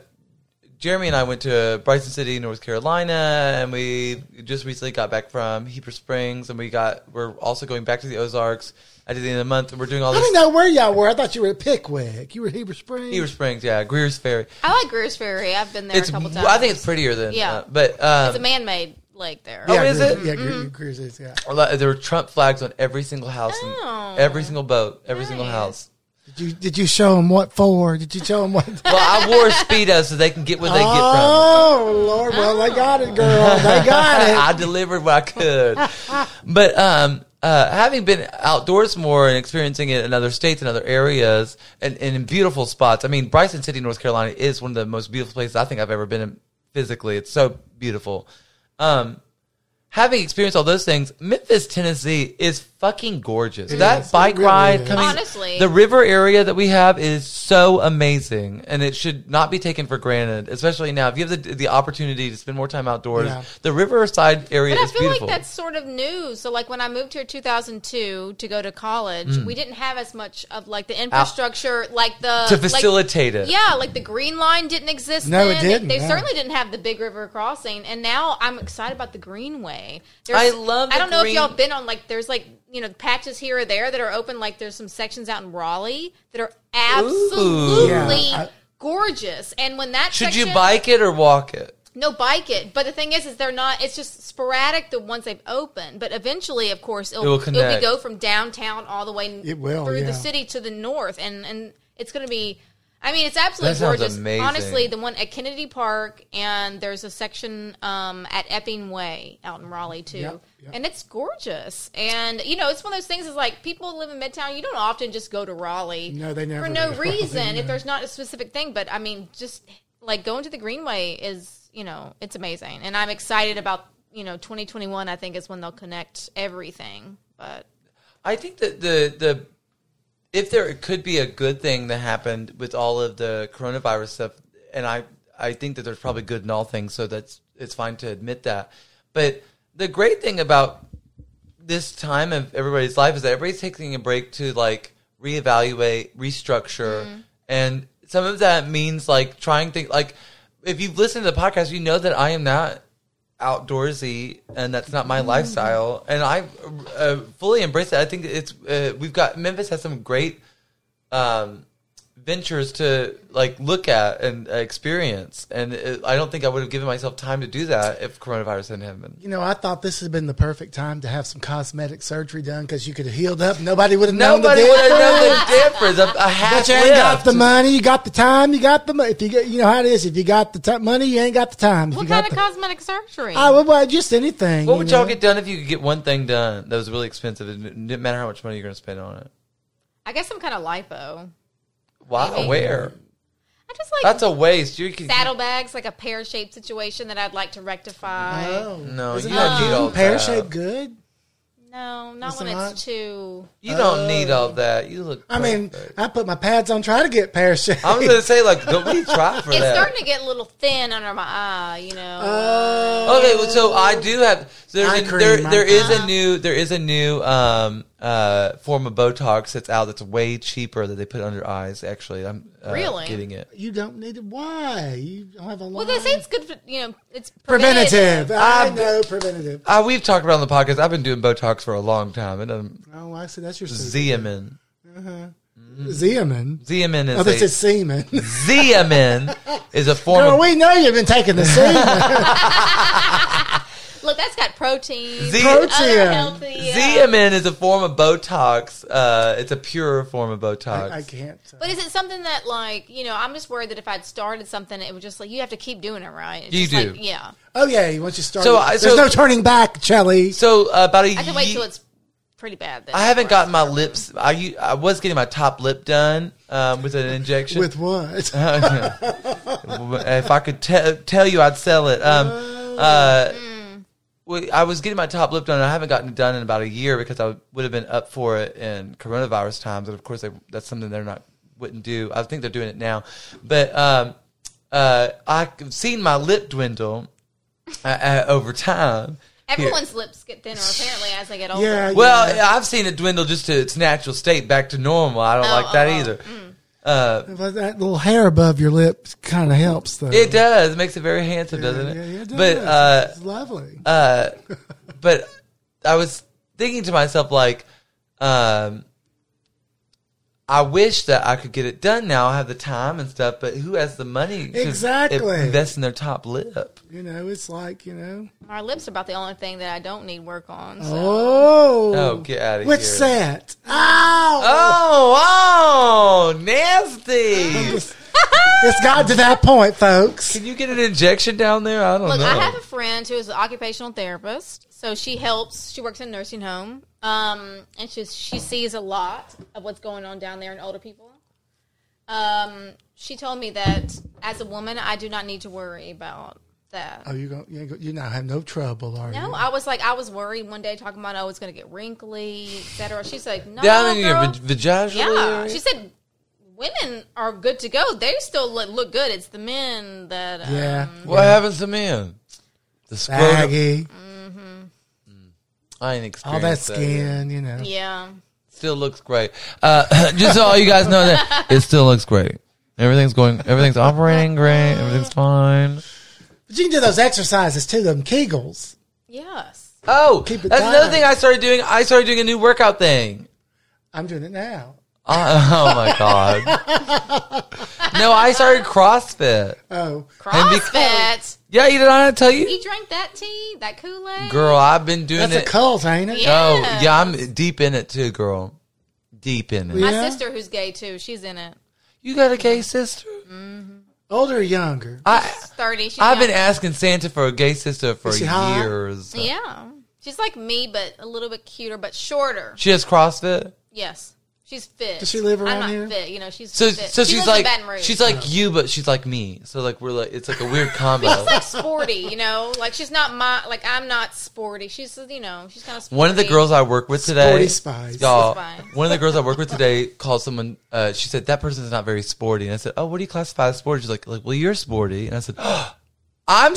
Speaker 2: Jeremy and I went to Bryson City, North Carolina, and we just recently got back from Heber Springs, and we got we're also going back to the Ozarks at the end of the month. We're doing all
Speaker 1: I
Speaker 2: this
Speaker 1: didn't know where y'all were. I thought you were at Pickwick. You were at Heber Springs.
Speaker 2: Heber Springs, yeah, Greer's Ferry.
Speaker 3: I like Greer's Ferry. I've been there
Speaker 2: It's
Speaker 3: a couple times.
Speaker 2: I think it's prettier than
Speaker 3: Yeah.
Speaker 2: uh, but um,
Speaker 3: it's a man-made lake there.
Speaker 1: yeah,
Speaker 2: Oh, is
Speaker 1: Greer-
Speaker 2: it?
Speaker 1: Yeah,
Speaker 3: Mm-hmm.
Speaker 1: Greer- Greer's is, yeah.
Speaker 2: a lot- there were Trump flags on every single house, and
Speaker 3: Oh.
Speaker 2: every single boat, every single
Speaker 3: Nice.
Speaker 2: house.
Speaker 1: Did you did you show him what for? Did you show him
Speaker 2: <laughs>
Speaker 1: what?
Speaker 2: Well, I wore speedos so they can get what they get from. it.
Speaker 1: oh Lord, well they got it, girl. They
Speaker 2: <laughs> I
Speaker 1: got it.
Speaker 2: delivered what I could. but um, uh, having been outdoors more and experiencing it in other states and other areas and, and in beautiful spots, I mean, Bryson City, North Carolina is one of the most beautiful places I think I've ever been in physically. It's so beautiful. Um, having experienced all those things, Memphis, Tennessee is fucking gorgeous. that
Speaker 1: is. It
Speaker 2: bike
Speaker 1: really
Speaker 2: ride
Speaker 1: is.
Speaker 2: coming
Speaker 3: Honestly.
Speaker 2: the river area that we have is so amazing and it should not be taken for granted, especially now. If you have the, the opportunity to spend more time outdoors,
Speaker 1: Yeah.
Speaker 2: the riverside area
Speaker 3: But I
Speaker 2: is
Speaker 3: feel
Speaker 2: beautiful.
Speaker 3: like that's sort of new. So, like when I moved here in 2002 to go to college,
Speaker 2: Mm.
Speaker 3: we didn't have as much of like the infrastructure, like the
Speaker 2: to
Speaker 3: uh, like-
Speaker 2: facilitate it.
Speaker 3: yeah, like the Green Line didn't exist.
Speaker 1: No, it
Speaker 3: then.
Speaker 1: didn't,
Speaker 3: They, they
Speaker 1: no.
Speaker 3: certainly didn't have the Big River crossing, and now I'm excited about the Greenway.
Speaker 2: I love the
Speaker 3: I don't know
Speaker 2: green-
Speaker 3: if y'all been on like there's like you know patches here or there that are open. Like there's some sections out in Raleigh that are absolutely
Speaker 1: Yeah, I-
Speaker 3: gorgeous. And when that
Speaker 2: Should you
Speaker 3: section-
Speaker 2: bike it or walk it?
Speaker 3: no, bike it. But the thing is, is they're not. It's just sporadic the ones they've opened. But eventually, of course, it'll,
Speaker 2: It will
Speaker 3: it'll be
Speaker 2: connect.
Speaker 3: go from downtown all the way
Speaker 1: It will,
Speaker 3: through
Speaker 1: yeah.
Speaker 3: the city to the north, and and it's going to be. I mean, it's absolutely
Speaker 2: That sounds
Speaker 3: gorgeous.
Speaker 2: amazing.
Speaker 3: Honestly, the one at Kennedy Park, and there's a section um, at Epping Way out in Raleigh too,
Speaker 1: Yep, yep.
Speaker 3: and it's gorgeous. And you know, it's one of those things. Is like people who live in Midtown. You don't often just go to Raleigh.
Speaker 1: No, <laughs> they never
Speaker 3: for no
Speaker 1: go.
Speaker 3: reason.
Speaker 1: Yeah.
Speaker 3: If there's not a specific thing, but I mean, just like going to the Greenway is, you know, it's amazing, and I'm excited about you know 2021. I think is when they'll connect everything. But
Speaker 2: I think that the the if there could be a good thing that happened with all of the coronavirus stuff, and I I think that there's probably good in all things, so that's it's fine to admit that. But the great thing about this time of everybody's life is that everybody's taking a break to like reevaluate, restructure, and some of that means like trying things. Like if you've listened to the podcast, you know that I am not outdoorsy, and that's not
Speaker 1: Mm.
Speaker 2: my lifestyle. And I uh, fully embrace it. I think it's uh, we've got Memphis has some great um, ventures to like look at and uh, experience. And uh I don't think I would have given myself time to do that if coronavirus hadn't happened.
Speaker 1: You know, I thought this had been the perfect time to have some cosmetic surgery done because you could have healed up. Nobody would have known the
Speaker 2: Nobody would have known
Speaker 1: difference.
Speaker 2: the difference. A, a half
Speaker 1: But you ain't got
Speaker 2: lift.
Speaker 1: the money. You got the time. You got the money. If you get, you know how it is. If you got the ti- money, you ain't got the time. If
Speaker 3: what
Speaker 1: you
Speaker 3: kind
Speaker 1: got
Speaker 3: of
Speaker 1: the,
Speaker 3: cosmetic surgery?
Speaker 1: I would buy just anything.
Speaker 2: What
Speaker 1: you
Speaker 2: would
Speaker 1: know?
Speaker 2: y'all get done if you could get one thing done that was really expensive? and It didn't matter how much money you're going to spend on it.
Speaker 3: I guess some kind of lipo.
Speaker 2: Why?
Speaker 3: Maybe.
Speaker 2: Where?
Speaker 3: I just like
Speaker 2: That's a waste. You could
Speaker 3: saddlebags, like a pear shaped situation that I'd like to rectify.
Speaker 1: Oh,
Speaker 2: No,
Speaker 1: Isn't
Speaker 2: you don't
Speaker 1: that
Speaker 2: need all
Speaker 1: pear
Speaker 2: that.
Speaker 1: shape good?
Speaker 3: No, not
Speaker 1: Is
Speaker 3: when
Speaker 1: it
Speaker 3: it's
Speaker 1: not?
Speaker 3: too.
Speaker 2: You don't need all that. You look.
Speaker 1: Uh, I mean,
Speaker 2: perfect.
Speaker 1: I put my pads on, try to get pear shape.
Speaker 2: I'm going to say like, don't we try for
Speaker 3: It's
Speaker 2: that?
Speaker 3: starting to get a little thin under my eye. You know.
Speaker 1: Oh.
Speaker 2: Okay, well, so I do have. So
Speaker 1: Eye
Speaker 2: there's a,
Speaker 1: cream,
Speaker 2: there,
Speaker 1: eye
Speaker 2: there is a
Speaker 3: cream.
Speaker 2: new there is a new um, uh, form of Botox that's out that's way cheaper that they put under eyes. Actually, I'm uh,
Speaker 3: Really?
Speaker 2: getting it.
Speaker 1: <laughs> You don't need it. Why? You don't have a line.
Speaker 3: well, they say it's good for you know. It's
Speaker 1: preventative. I
Speaker 2: I've-
Speaker 1: know preventative.
Speaker 2: Uh, we've talked about it on the podcast. I've been doing Botox for a long time, and um, I'm
Speaker 1: Oh, I see. That's your Z-
Speaker 3: Mm-hmm.
Speaker 2: Xeomin.
Speaker 1: Zeaman.
Speaker 2: Xeomin
Speaker 1: Oh, they said <laughs>
Speaker 2: is a
Speaker 1: semen.
Speaker 2: Xeomin is a form
Speaker 1: Girl,
Speaker 2: of
Speaker 1: we know you've been taking
Speaker 2: <laughs>
Speaker 1: the semen.
Speaker 3: Look, that's got protein.
Speaker 2: Z-
Speaker 3: other
Speaker 1: Protein.
Speaker 3: healthy, uh,
Speaker 2: Xeomin is a form of Botox. Uh, it's a pure form of Botox.
Speaker 1: I can't.
Speaker 3: But is it something that, like, you know, I'm just worried that if I'd started something, it would just like you have to keep doing it, right? It's
Speaker 2: You
Speaker 3: just
Speaker 2: do.
Speaker 3: Like, yeah,
Speaker 1: Oh yeah, once you start,
Speaker 2: So, I-
Speaker 1: there's
Speaker 2: so-
Speaker 1: no turning back, Chelly.
Speaker 2: So uh, about a
Speaker 3: I can wait
Speaker 2: ye-
Speaker 3: till it's pretty bad. Then
Speaker 2: I haven't
Speaker 3: before
Speaker 2: gotten my lips. I u- I was getting my top lip done um, with an
Speaker 1: <laughs>
Speaker 2: injection.
Speaker 1: With what?
Speaker 2: Uh-huh. if I could te- tell you, I'd sell it. Um, uh, we, I was getting my top lip done. and I haven't gotten it done in about a year because I would have been up for it in coronavirus times, and of course, they, that's something they're not wouldn't do. I think they're doing it now, but um, uh, I've seen my lip dwindle uh, uh, over time. Here-
Speaker 3: Everyone's lips get thinner apparently as they get older.
Speaker 1: Yeah,
Speaker 2: Well, I've seen it dwindle just to its natural state, back to normal. I don't
Speaker 3: Oh,
Speaker 2: like that
Speaker 3: oh, oh.
Speaker 2: either. Uh,
Speaker 1: But that little hair above your lips kind of helps, though.
Speaker 2: it does. It makes it very handsome, doesn't it?
Speaker 1: Yeah, yeah, it does.
Speaker 2: But uh,
Speaker 1: it's lovely.
Speaker 2: uh, but I was thinking to myself, like, um, I wish that I could get it done now. I have the time and stuff, but who has the money to
Speaker 1: Exactly.
Speaker 2: invest in their top lip?
Speaker 1: you know, it's like you know.
Speaker 3: My lips are about the only thing that I don't need work on. So.
Speaker 1: Oh,
Speaker 2: Oh, get out of
Speaker 1: what's
Speaker 2: here!
Speaker 1: that? Ow!
Speaker 2: Oh, oh, nasty!
Speaker 1: It's gotten to that point, folks.
Speaker 2: Can you get an injection down there? I don't
Speaker 3: Look,
Speaker 2: know.
Speaker 3: I have a friend who is an occupational therapist, so she helps. She works in a nursing home, um, and she she sees a lot of what's going on down there in older people. Um, she told me that as a woman, I do not need to worry about that.
Speaker 1: Oh, you go. You, ain't go, you now have no trouble, are
Speaker 3: No,
Speaker 1: you?
Speaker 3: I was like, I was worried one day talking about, oh, it's going to get wrinkly, etc. She's like, no,
Speaker 2: down in your
Speaker 3: girl."
Speaker 2: vag- vagina.
Speaker 3: yeah.
Speaker 2: area?
Speaker 3: She said, women are good to go. They still look, look good. It's the men that, um,
Speaker 1: Yeah.
Speaker 2: What happens to men? The scrotum.
Speaker 1: Baggy,
Speaker 2: I ain't experienced
Speaker 1: all that
Speaker 2: that
Speaker 1: skin, you know.
Speaker 3: yeah.
Speaker 2: Still looks great. Uh, <laughs> just so all you guys know that it still looks great. Everything's going. Everything's operating great. Everything's fine.
Speaker 1: But you can do those exercises too, them Kegels.
Speaker 3: Yes.
Speaker 2: Oh,
Speaker 1: Keep it
Speaker 2: that's another
Speaker 1: tight.
Speaker 2: thing I started doing. I started doing a new workout thing.
Speaker 1: I'm doing it now.
Speaker 2: Uh, <laughs> oh my god.
Speaker 1: <laughs>
Speaker 2: no, I started CrossFit.
Speaker 1: Oh,
Speaker 3: CrossFit.
Speaker 2: Yeah, you did I not tell you,
Speaker 3: You drank that tea, that Kool Aid.
Speaker 2: girl. I've been doing
Speaker 1: that's a
Speaker 2: it.
Speaker 1: cult, ain't it?
Speaker 3: Yeah.
Speaker 2: oh yeah, I'm deep in it too, girl. Deep in it.
Speaker 3: My
Speaker 1: Yeah.
Speaker 3: sister, who's gay too, she's in it.
Speaker 2: You got a gay sister?
Speaker 1: Older or younger?
Speaker 2: I
Speaker 3: She's Thirty. She's
Speaker 2: I've
Speaker 3: young.
Speaker 2: been asking Santa for a gay sister for
Speaker 1: Is she hot?
Speaker 2: years.
Speaker 3: Yeah, she's like me, but a little bit cuter, but shorter.
Speaker 2: She has CrossFit.
Speaker 3: Yes, she's fit.
Speaker 1: Does she live around
Speaker 3: I'm not
Speaker 1: here?
Speaker 3: fit. You know, she's
Speaker 2: So,
Speaker 3: fit.
Speaker 2: so
Speaker 3: She
Speaker 2: she's
Speaker 3: lives in
Speaker 2: like,
Speaker 3: Baton Rouge.
Speaker 2: she's like you, but she's like me. So like we're like, it's like a
Speaker 3: <laughs>
Speaker 2: weird combo.
Speaker 3: She's like sporty, you know. Like she's not my like I'm not sporty. She's you know she's kind of sporty.
Speaker 2: one of the girls I work with today,
Speaker 1: Sporty spies.
Speaker 2: y'all.
Speaker 3: Sporty spies.
Speaker 2: One of the girls I work with today called someone. Uh, she said that person is not very sporty, and I said, "Oh, what do you classify as sporty?" She's like, "Like, well, you're sporty," and I said, oh, "I'm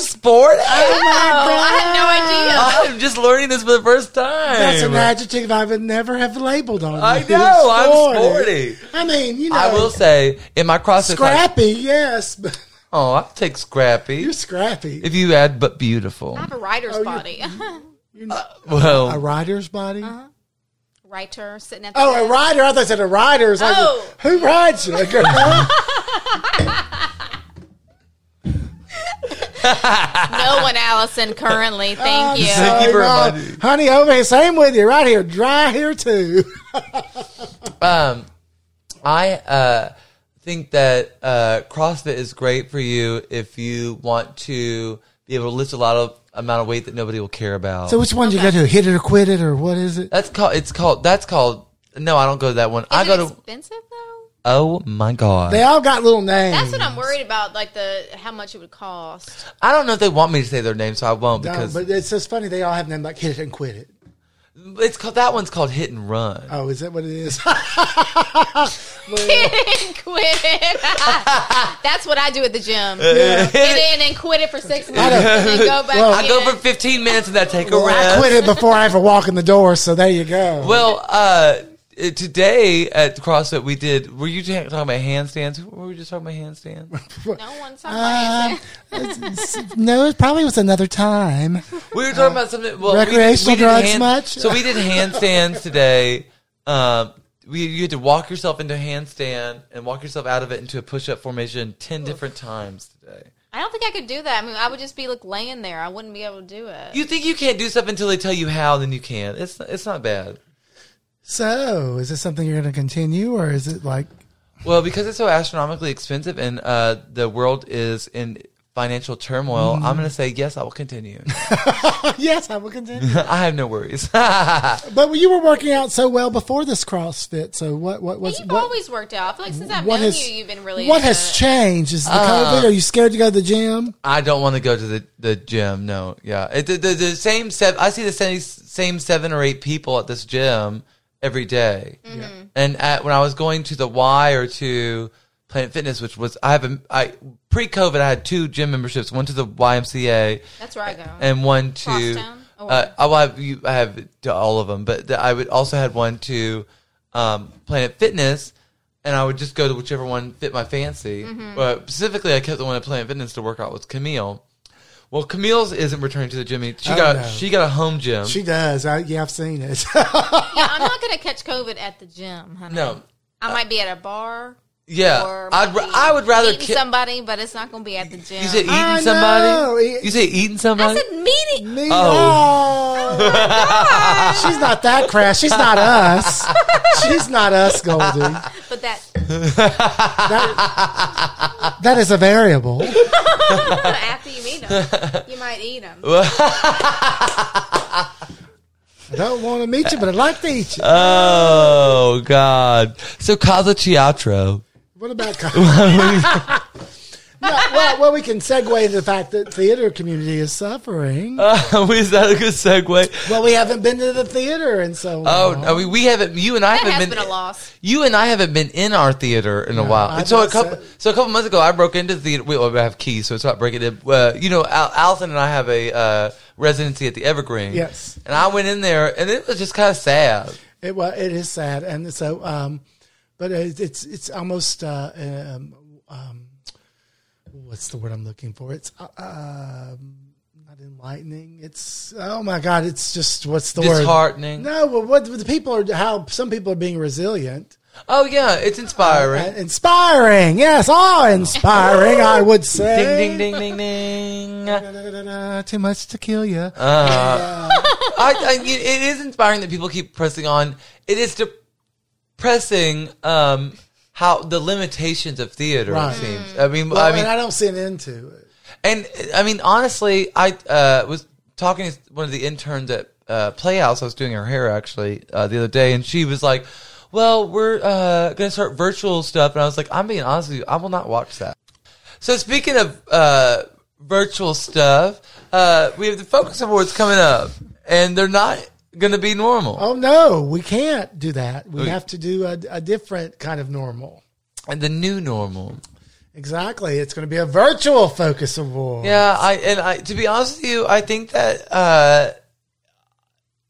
Speaker 1: <laughs>
Speaker 2: sporty.
Speaker 3: Oh, I had no idea.
Speaker 2: I'm just learning this for the first time."
Speaker 1: That's an adjective I would never have labeled on. <laughs>
Speaker 2: I
Speaker 1: this.
Speaker 2: know, I'm sporty.
Speaker 1: I mean, you know,
Speaker 2: I will say in my CrossFit. class-
Speaker 1: scrappy. yes, <laughs> but
Speaker 2: oh, I take
Speaker 1: you're
Speaker 2: scrappy.
Speaker 1: scrappy.
Speaker 2: If you add, but beautiful.
Speaker 3: I have a writer's
Speaker 1: Oh, you-
Speaker 3: body. <laughs>
Speaker 2: Well,
Speaker 1: a rider's body.
Speaker 3: Uh-huh. Writer sitting at the
Speaker 1: Oh, a
Speaker 3: desk.
Speaker 1: rider. I thought it said a rider. It's like,
Speaker 3: Oh.
Speaker 1: <laughs> who rides you? Like, girl,
Speaker 3: no one, Allison.
Speaker 2: <laughs>
Speaker 3: Currently,
Speaker 2: Oh,
Speaker 3: thank you.
Speaker 2: Thank you
Speaker 1: hey,
Speaker 2: for
Speaker 1: Ma,
Speaker 2: reminding me.
Speaker 1: honey, over here. Same with you. Right here. Dry here too.
Speaker 2: um, I uh, think that uh, CrossFit is great for you if you want to be able to lift a lot of amount of weight that nobody will care about.
Speaker 1: So which one do you go to? Hit it or quit it or what is it?
Speaker 2: that's called. It's called. That's called. No, I don't go to that one. I
Speaker 3: Is it
Speaker 2: go to.
Speaker 3: expensive though.
Speaker 2: Oh my god!
Speaker 1: They all got little names. Uh,
Speaker 3: That's what I'm worried about, like the how much it would cost. <laughs>
Speaker 2: I don't know if they want me to say their name, so I won't
Speaker 1: No,
Speaker 2: because
Speaker 1: but it's just funny. They all have names like hit it and quit it.
Speaker 2: it's called. That one's called Hit and Run.
Speaker 1: Oh, is that what it is? <laughs>
Speaker 3: Quit it. Quit it. <laughs> That's what I do at the gym.
Speaker 1: Uh,
Speaker 2: <laughs>
Speaker 3: Get in and quit it for six months and then go back.
Speaker 1: Well,
Speaker 2: Uh, I go for 15 minutes and then I take a rest.
Speaker 1: I quit it before I ever walk in the door. So there you go.
Speaker 2: Well, uh, today at CrossFit we did. Were you talking about handstands? Were we just talking about handstands?
Speaker 3: No one's talking about
Speaker 1: Uh,
Speaker 3: it.
Speaker 1: it's- it's- no, it probably was another time.
Speaker 2: We were talking about something. Well,
Speaker 1: recreational
Speaker 2: we did, we did
Speaker 1: drugs much?
Speaker 2: So we did handstands today. Um, we, you had to walk yourself into a handstand and walk yourself out of it into a push-up formation ten different times today.
Speaker 3: I don't think I could do that. I mean, I would just be like laying there. I wouldn't be able to do it.
Speaker 2: You think you can't do stuff until they tell you how, then you can. It's it's not bad.
Speaker 1: So, is this something you're going to continue, or is it like
Speaker 2: Well, because it's so astronomically expensive, and uh, the world is in financial turmoil, I'm going to say, yes, I will continue.
Speaker 1: <laughs>
Speaker 2: <laughs>
Speaker 1: yes, I will continue.
Speaker 2: I have no worries. <laughs> I
Speaker 1: but you were working out so well before this CrossFit. So what? What was?
Speaker 3: You've
Speaker 1: what,
Speaker 3: always worked out. I feel like since I've
Speaker 1: what
Speaker 3: known
Speaker 1: has?
Speaker 3: you, you've been really.
Speaker 1: what
Speaker 3: into
Speaker 1: has
Speaker 3: it.
Speaker 1: changed? Is the COVID? Are you scared to go to the gym?
Speaker 2: don't want to go to the, the gym. No. Yeah. It, the, the, the same seven, I see the same, same seven or eight people at this gym every day. And at, when I was going to the Y or to Planet Fitness, which was, I have a, I, pre COVID, I had two gym memberships, one to the YMCA
Speaker 3: That's where I go.
Speaker 2: and one to
Speaker 3: Crosstown? Or-
Speaker 2: uh, I, well, I have, you, I have to all of them, but the, I would also had one to um, Planet Fitness, and I would just go to whichever one fit my fancy.
Speaker 3: Mm-hmm.
Speaker 2: But specifically, I kept the one at Planet Fitness to work out with Camille. Well, Camille's isn't returning to the gym. She
Speaker 1: Oh,
Speaker 2: got
Speaker 1: no.
Speaker 2: she got a home gym.
Speaker 1: She does. I, yeah, I've seen it. <laughs>
Speaker 3: yeah, I'm not gonna catch COVID at the gym, honey.
Speaker 2: No. uh,
Speaker 3: I might be at a bar.
Speaker 2: yeah,
Speaker 3: or
Speaker 2: I'd
Speaker 3: might
Speaker 2: ra-
Speaker 3: be
Speaker 2: I would rather
Speaker 3: meeting
Speaker 2: ki-
Speaker 3: somebody, but it's not gonna be at the gym.
Speaker 2: you said eating
Speaker 1: I
Speaker 2: somebody.
Speaker 1: know. It-
Speaker 2: You said eating
Speaker 3: I
Speaker 2: somebody.
Speaker 3: said meeting.
Speaker 1: Me-
Speaker 2: Oh.
Speaker 1: Oh. She's not that crash. She's not us. She's not us, Goldie.
Speaker 3: But that <laughs>
Speaker 1: That is a variable.
Speaker 3: after you
Speaker 2: <laughs>
Speaker 3: meet them, you might eat them.
Speaker 1: I don't want to meet you, but I'd like to eat you.
Speaker 2: oh God! So Casa Teatro. <laughs>
Speaker 1: What about <laughs> no, well, well, we can segue into the fact that theater community is suffering.
Speaker 2: Uh, is that a good segue?
Speaker 1: well, we haven't been to the theater and so
Speaker 2: Oh,
Speaker 1: long.
Speaker 2: I mean, we haven't. You and I
Speaker 3: That
Speaker 2: haven't
Speaker 3: has
Speaker 2: been.
Speaker 3: been a loss.
Speaker 2: You and I haven't been in our theater in a while.
Speaker 1: I've
Speaker 2: And so a
Speaker 1: not
Speaker 2: couple.
Speaker 1: said-
Speaker 2: So a couple months ago, I broke into the theater. We, well, we have keys, so it's not breaking in. Uh, you know, Al- Allison and I have a uh, residency at the Evergreen.
Speaker 1: Yes.
Speaker 2: And I went in there, and it was just kind of sad.
Speaker 1: It well, it is sad, and so, um, but it, it's it's almost uh, um, um, what's the word I'm looking for? It's uh, um, not enlightening. It's oh my god, it's just what's the word?
Speaker 2: Disheartening.
Speaker 1: No, well, what the people are how some people are being resilient,
Speaker 2: Oh yeah, it's inspiring.
Speaker 1: Uh, inspiring. Yes, awe inspiring. I would say.
Speaker 2: ding ding ding ding ding.
Speaker 1: Da-da-da-da-da, Too much to kill you.
Speaker 2: Uh, I, I, you- it is inspiring that people keep pressing on. It is depressing um, how the limitations of theater
Speaker 1: Right.
Speaker 2: it seems. I mean,
Speaker 1: well,
Speaker 2: I mean,
Speaker 1: and I don't see an end to it.
Speaker 2: and I mean, honestly, I uh, was talking to one of the interns at uh, Playhouse. I was doing her hair actually uh, the other day, and she was like, "Well, we're uh, going to start virtual stuff," and I was like, "I'm being honest with you, I will not watch that." So speaking of uh, virtual stuff, uh, we have the Focus Awards coming up, and they're not going to be normal.
Speaker 1: Oh no, we can't do that.
Speaker 2: Oh,
Speaker 1: We have to do a, a different kind of normal.
Speaker 2: And the new normal.
Speaker 1: Exactly. It's going to be a virtual focus award.
Speaker 2: Yeah, I and I to be honest with you, I think that uh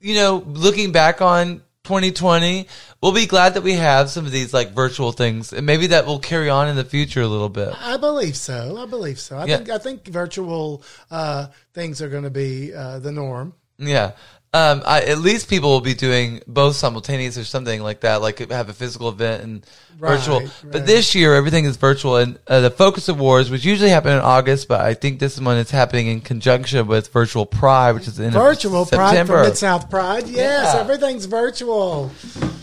Speaker 2: you know, looking back on 2020, we'll be glad that we have some of these like virtual things and maybe that will carry on in the future a little bit.
Speaker 1: I believe so. I believe so. I
Speaker 2: Yeah.
Speaker 1: think I think virtual uh, things are going to be uh, the norm.
Speaker 2: Yeah. Um I at least people will be doing both simultaneous or something like that, like have a physical event and virtual.
Speaker 1: Right,
Speaker 2: But
Speaker 1: right.
Speaker 2: this year everything is virtual and uh, the Focus Awards which usually happen in August, but I think this one is happening in conjunction with Virtual Pride, which is in
Speaker 1: Virtual Pride
Speaker 2: September.
Speaker 1: for Mid South Pride. Yes,
Speaker 2: Yeah.
Speaker 1: everything's virtual.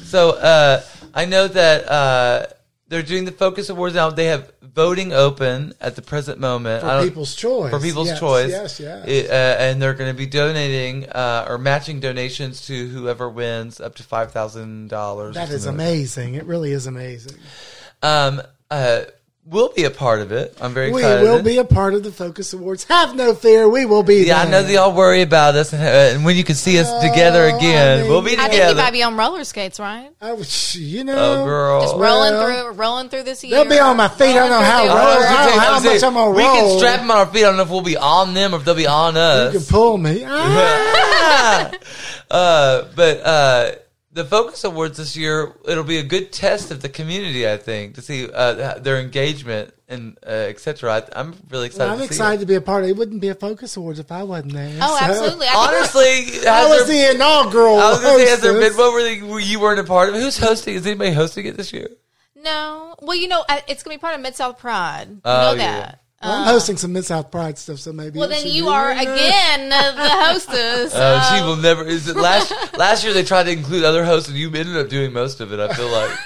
Speaker 2: So uh, I know that uh, they're doing the Focus Awards now. They have voting open at the present moment
Speaker 1: For
Speaker 2: I don't-
Speaker 1: people's choice.
Speaker 2: For people's
Speaker 1: Yes,
Speaker 2: choice,
Speaker 1: yes, yes.
Speaker 2: It, uh, and they're going to be donating uh, or matching donations to whoever wins up to five thousand dollars.
Speaker 1: That is amazing. It really is amazing.
Speaker 2: Um, uh, we'll be a part of it. I'm very
Speaker 1: We
Speaker 2: excited.
Speaker 1: will be a part of the Focus Awards. Have no fear. We will be
Speaker 2: Yeah, I
Speaker 1: there.
Speaker 2: know they all worry about us, and, uh, and when you can see us together
Speaker 1: Oh, I
Speaker 2: again,
Speaker 1: mean-
Speaker 2: we'll be
Speaker 3: I
Speaker 2: together.
Speaker 3: think you might be on roller skates, right?
Speaker 1: I was- you know,
Speaker 2: oh, girl.
Speaker 3: Just rolling
Speaker 1: Well,
Speaker 3: through, rolling through this year.
Speaker 1: they'll be on my feet. Oh, I don't
Speaker 3: Rolling
Speaker 1: know
Speaker 3: through
Speaker 1: how
Speaker 3: the
Speaker 1: roll-
Speaker 3: world.
Speaker 2: I'm
Speaker 1: how-
Speaker 2: saying-
Speaker 1: how
Speaker 2: I'm saying
Speaker 1: much I'm gonna
Speaker 2: We can
Speaker 1: roll.
Speaker 2: strap them on our feet. I don't know if we'll be on them or if they'll be on us. <laughs>
Speaker 1: you can pull me. Ah.
Speaker 2: uh, but uh, the Focus Awards this year, it'll be a good test of the community, I think, to see uh, their engagement and uh, etc. I'm really excited.
Speaker 1: I'm
Speaker 2: to see
Speaker 1: excited to be a part of it. It wouldn't be a Focus Awards if I wasn't there.
Speaker 3: Oh,
Speaker 1: So-
Speaker 3: absolutely. I
Speaker 2: It.
Speaker 3: think-
Speaker 1: <laughs>
Speaker 2: Honestly,
Speaker 1: I
Speaker 2: has
Speaker 1: was
Speaker 2: there,
Speaker 1: the inaugural.
Speaker 2: I was going to say, has there
Speaker 1: hostess.
Speaker 2: been one where you- where you weren't a part of it? Who's hosting? Is anybody hosting it this year?
Speaker 3: No. Well, you know, I- it's going to be part of Mid South Pride. You
Speaker 2: Oh,
Speaker 3: know
Speaker 2: yeah.
Speaker 3: that. Um,
Speaker 1: Well, I'm hosting some Mid South Pride stuff, so maybe.
Speaker 3: Well,
Speaker 1: it
Speaker 3: then
Speaker 1: should
Speaker 3: you
Speaker 1: be
Speaker 3: are
Speaker 1: in there.
Speaker 3: again uh, the
Speaker 2: <laughs>
Speaker 3: hostess. Um,
Speaker 2: Uh, she
Speaker 3: of-
Speaker 2: will never. Is it last last year they tried to include other hosts and you ended up doing most of it. I feel like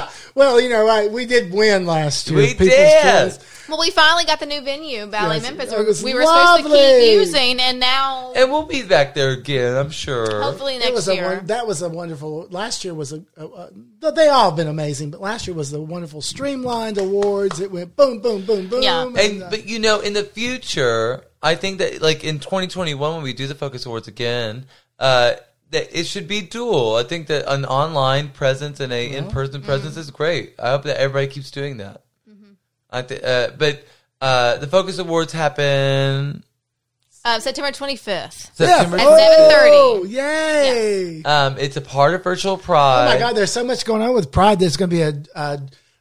Speaker 1: <laughs> Well, you know, I, we did win last year.
Speaker 2: We
Speaker 1: People's
Speaker 2: did.
Speaker 1: Choice.
Speaker 3: Well, we finally got the new venue, Ballet
Speaker 1: Yes,
Speaker 3: Memphis.
Speaker 1: it was
Speaker 3: we were supposed to
Speaker 1: lovely.
Speaker 3: keep using, and now
Speaker 2: And we'll be back there again, I'm sure.
Speaker 3: hopefully
Speaker 1: It was
Speaker 3: next
Speaker 1: a
Speaker 3: year.
Speaker 1: won- that was a wonderful. Last year was a, a, a. They all been amazing, but last year was the wonderful streamlined awards. It went boom, boom, boom, boom.
Speaker 3: Yeah.
Speaker 2: And
Speaker 1: uh,
Speaker 2: but you know, in the future, I think that like in 2021 when we do the Focus Awards again, uh, that it should be dual. I think that an online presence and a in person
Speaker 1: mm.
Speaker 2: presence is great. I hope that everybody keeps doing that.
Speaker 1: Mm-hmm.
Speaker 2: I think, uh, but uh, the Focus Awards happen
Speaker 3: uh, September 25th.
Speaker 2: September.
Speaker 3: At seven thirty.
Speaker 1: Oh, Yay!
Speaker 2: Um, it's a part of Virtual
Speaker 1: Oh
Speaker 2: Pride.
Speaker 1: my God, there's so much going on with Pride. There's going to be a, a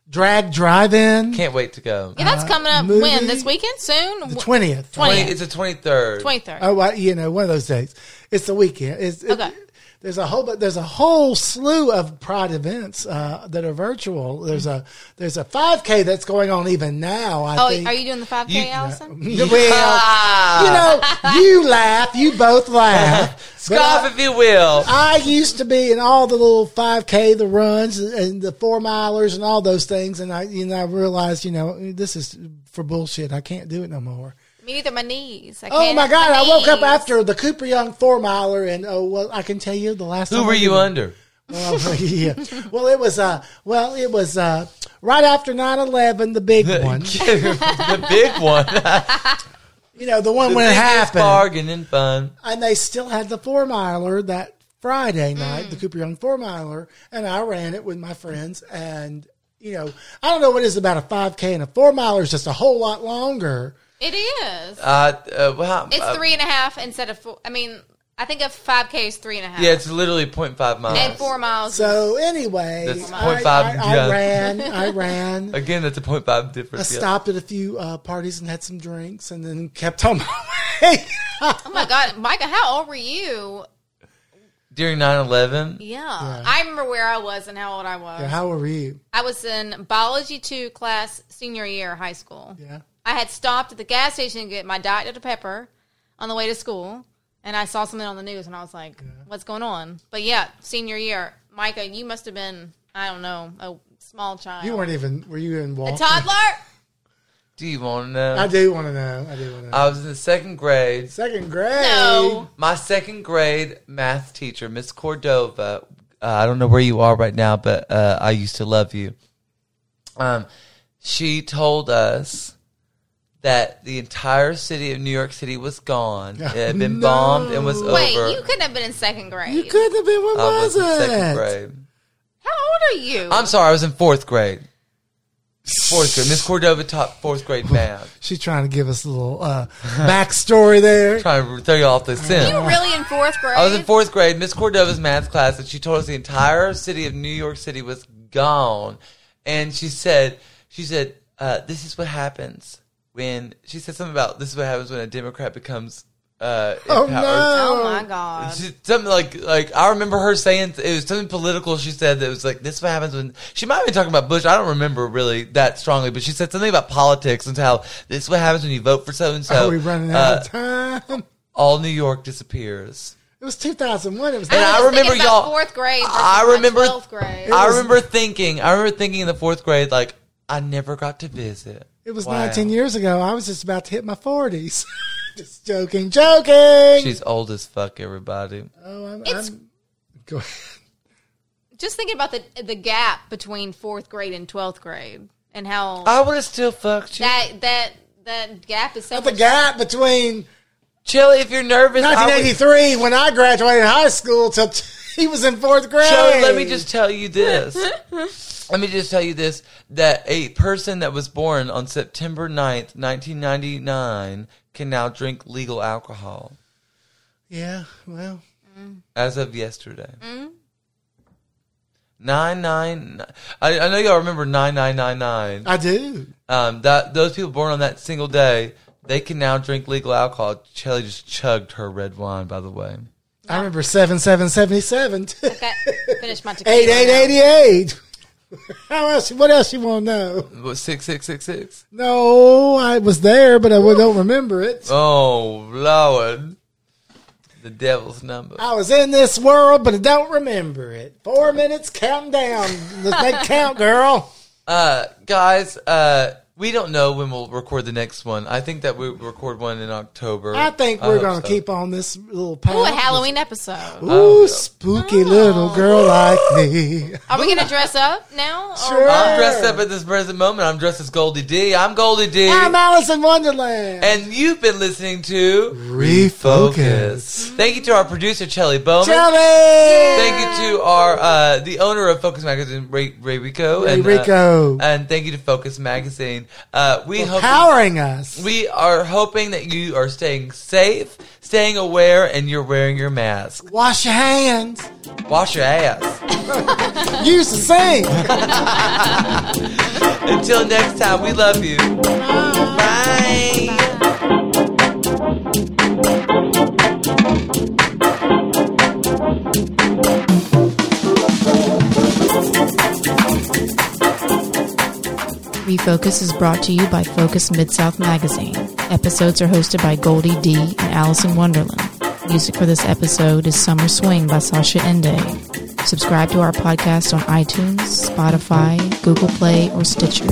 Speaker 1: drag drive-in.
Speaker 2: Can't wait to go.
Speaker 3: Yeah, that's coming up
Speaker 1: Uh, movie-
Speaker 3: when this weekend soon.
Speaker 1: the twentieth.
Speaker 3: 20th.
Speaker 2: It's the 23rd.
Speaker 3: 23rd.
Speaker 1: Oh, well, you know, one of those days. It's the weekend. It's, it-
Speaker 3: Okay.
Speaker 1: there's a whole, but there's a whole slew of Pride events uh, that are virtual. There's a there's a 5K that's going on even now. I
Speaker 3: oh,
Speaker 1: think.
Speaker 3: are you doing the 5K,
Speaker 2: You-
Speaker 3: Allison?
Speaker 1: <laughs> well, you
Speaker 3: <laughs>
Speaker 1: know, you laugh. You both laugh. But
Speaker 2: Scoff
Speaker 1: I-
Speaker 2: if you will.
Speaker 1: I used to be in all the little 5K, the runs and the four milers and all those things. And I, you know, I realized, you know, this is for bullshit. I can't do it no more.
Speaker 3: Me either. My knees. I
Speaker 1: Oh
Speaker 3: can't-
Speaker 1: my God. I woke up
Speaker 3: knees.
Speaker 1: after the Cooper Young four miler. And oh, well, I can tell you the last
Speaker 2: Who
Speaker 1: time I
Speaker 2: were
Speaker 1: did
Speaker 2: you
Speaker 1: it.
Speaker 2: under? <laughs>
Speaker 1: Well, <laughs> yeah. Well, it was, uh, well, it was, uh, right after 9 11, the big one.
Speaker 2: the big one. <laughs>
Speaker 1: You know, the one when it
Speaker 2: Biggest
Speaker 1: happened.
Speaker 2: bargaining fun.
Speaker 1: and they still had the four miler that Friday night, the Cooper Young four miler, and I ran it with my friends. And you know, I don't know what it is about a five k and a four miler is just a whole lot longer.
Speaker 3: It is.
Speaker 2: Uh, uh, well,
Speaker 3: It's
Speaker 2: uh,
Speaker 3: three and a half instead of four. I mean, I think a 5K is three and a half.
Speaker 2: Yeah, it's literally 0.5 miles.
Speaker 3: and four miles.
Speaker 1: So anyway,
Speaker 2: That's
Speaker 1: I,
Speaker 2: 0.5,
Speaker 1: I- I
Speaker 2: yeah.
Speaker 1: ran, I ran.
Speaker 2: Again, that's a 0.5
Speaker 1: I
Speaker 2: difference. yeah.
Speaker 1: stopped at a few uh, parties and had some drinks, and then kept on <laughs> my way.
Speaker 3: oh my God, Micah, how old were you?
Speaker 2: During 9 11,
Speaker 3: Yeah. I remember where I was and how old I was.
Speaker 1: How are you?
Speaker 3: I was in biology two class senior year of high school.
Speaker 1: Yeah.
Speaker 3: I had stopped at the gas station to get my diet Dr pepper on the way to school, and I saw something on the news, and I was like, "What's going on?" But yeah, senior year, Micah, you must have been I don't know a small child,
Speaker 1: You weren't even. Were you in
Speaker 3: a
Speaker 1: Walton?
Speaker 3: toddler.
Speaker 2: do you want to know?
Speaker 1: I do want to know. I do want to know.
Speaker 2: I was in the second grade.
Speaker 1: Second grade.
Speaker 3: No,
Speaker 2: My second grade math teacher, Miss Cordova, uh, I don't know where you are right now, but uh, I used to love you. Um, she told us that the entire city of New York City was
Speaker 3: <laughs>
Speaker 2: gone. It had been
Speaker 1: No.
Speaker 2: bombed and was
Speaker 3: wait,
Speaker 2: over.
Speaker 3: you couldn't have been in second grade.
Speaker 1: You could have been. What
Speaker 2: I
Speaker 1: was,
Speaker 2: was in second
Speaker 1: it?
Speaker 2: grade.
Speaker 3: How old are you?
Speaker 2: I'm sorry, I was in fourth grade. Fourth grade. Miss Cordova taught fourth grade math.
Speaker 1: She's trying to give us a little
Speaker 2: <laughs>
Speaker 1: uh, backstory there.
Speaker 2: Trying to throw you off the
Speaker 3: you
Speaker 2: scent.
Speaker 3: were really in fourth grade.
Speaker 2: I was in fourth grade, Miss Cordova's math class, and she told us the entire city of New York City was gone. And she said, she said, uh, this is what happens when, she said something about this is what happens when a Democrat becomes uh, in
Speaker 1: Oh,
Speaker 2: power.
Speaker 1: no.
Speaker 3: Oh my god!
Speaker 2: She- something like like I remember her saying it was something political. She said that it was like this is what happens when she might have been talking about Bush. I don't remember really that strongly, but she said something about politics and how this is what happens when you vote for so and
Speaker 1: Are
Speaker 2: so.
Speaker 1: Oh, we running out of
Speaker 2: Uh,
Speaker 1: time?
Speaker 2: All New York disappears.
Speaker 1: It was 2001. It was
Speaker 2: And I
Speaker 3: was thinking
Speaker 2: remember
Speaker 3: about
Speaker 2: y'all-
Speaker 3: fourth grade. versus
Speaker 2: I
Speaker 3: my
Speaker 2: remember-
Speaker 3: twelfth grade.
Speaker 2: I
Speaker 1: was-
Speaker 2: remember thinking. I remember thinking in the fourth grade, like I never got to visit.
Speaker 1: it was
Speaker 2: Wow.
Speaker 1: 19 years ago. I was just about to hit my 40s. <laughs> just joking, joking.
Speaker 2: She's old as fuck. Everybody.
Speaker 1: oh, I'm,
Speaker 3: It's-
Speaker 1: I'm- go ahead.
Speaker 3: just thinking about the the gap between fourth grade and twelfth grade, and how
Speaker 2: I would have still fucked you.
Speaker 3: that that that gap is so
Speaker 1: But the
Speaker 3: much-
Speaker 1: gap between
Speaker 2: Chill if you're nervous. I would- <laughs>
Speaker 1: 1983 when I graduated high school till t- <laughs> he was in fourth grade.
Speaker 2: Joe, let me just tell you this. let me just tell you this that a person that was born on September 9th, 1999 can now drink legal alcohol
Speaker 1: Yeah, well,
Speaker 2: as of yesterday. Nine nine, I, I know y'all remember nine nine nine nine.
Speaker 1: I do.
Speaker 2: Um, that those people born on that single day, they can now drink legal alcohol. Shelly just chugged her red wine, by the way.
Speaker 1: I remember 7777 too.
Speaker 3: Got- finish my
Speaker 1: <laughs>
Speaker 3: tequila.
Speaker 1: Eight eight eighty eight. <laughs> How else? What else you want to know?
Speaker 2: What six six six six?
Speaker 1: No, I was there, but I don't remember it.
Speaker 2: Oh Lord, the devil's number.
Speaker 1: I was in this world, but I don't remember it. Four minutes, count down. Let's make count, girl.
Speaker 2: uh, guys, uh, we we don't know when we'll record the next one. I think that we record one in October.
Speaker 1: I think we're going
Speaker 2: hope Oh, so.
Speaker 1: to
Speaker 2: Oh,
Speaker 1: keep on this little path.
Speaker 3: Ooh, a Halloween Oh. episode.
Speaker 1: Ooh, spooky little girl like me. <laughs>
Speaker 3: Are we gonna dress up now? Or-
Speaker 1: Sure.
Speaker 2: I'm dressed up at this present moment. I'm dressed as Goldie D. I'm Goldie D.
Speaker 1: I'm Alice in Wonderland.
Speaker 2: and you've been listening to
Speaker 1: Refocus.
Speaker 2: Thank you to our producer Chelly Bowman.
Speaker 1: Jelly!
Speaker 2: Thank you to our uh, the owner of Focus Magazine, Ray, Ray Rico.
Speaker 1: Ray
Speaker 2: and, uh,
Speaker 1: Rico.
Speaker 2: and thank you to Focus Magazine. Uh, we hope
Speaker 1: Powering us.
Speaker 2: we are hoping that you are staying safe, staying aware, and you're wearing your mask.
Speaker 1: Wash your hands.
Speaker 2: Wash your ass.
Speaker 1: Use the same.
Speaker 2: Until next time, we love you. Bye.
Speaker 4: Refocus is brought to you by Focus Mid South Magazine. Episodes are hosted by Goldie D and Alice in Wonderland. Music for this episode is Summer Swing by Sasha Ende. Subscribe to our podcast on iTunes, Spotify, Google Play, or Stitcher.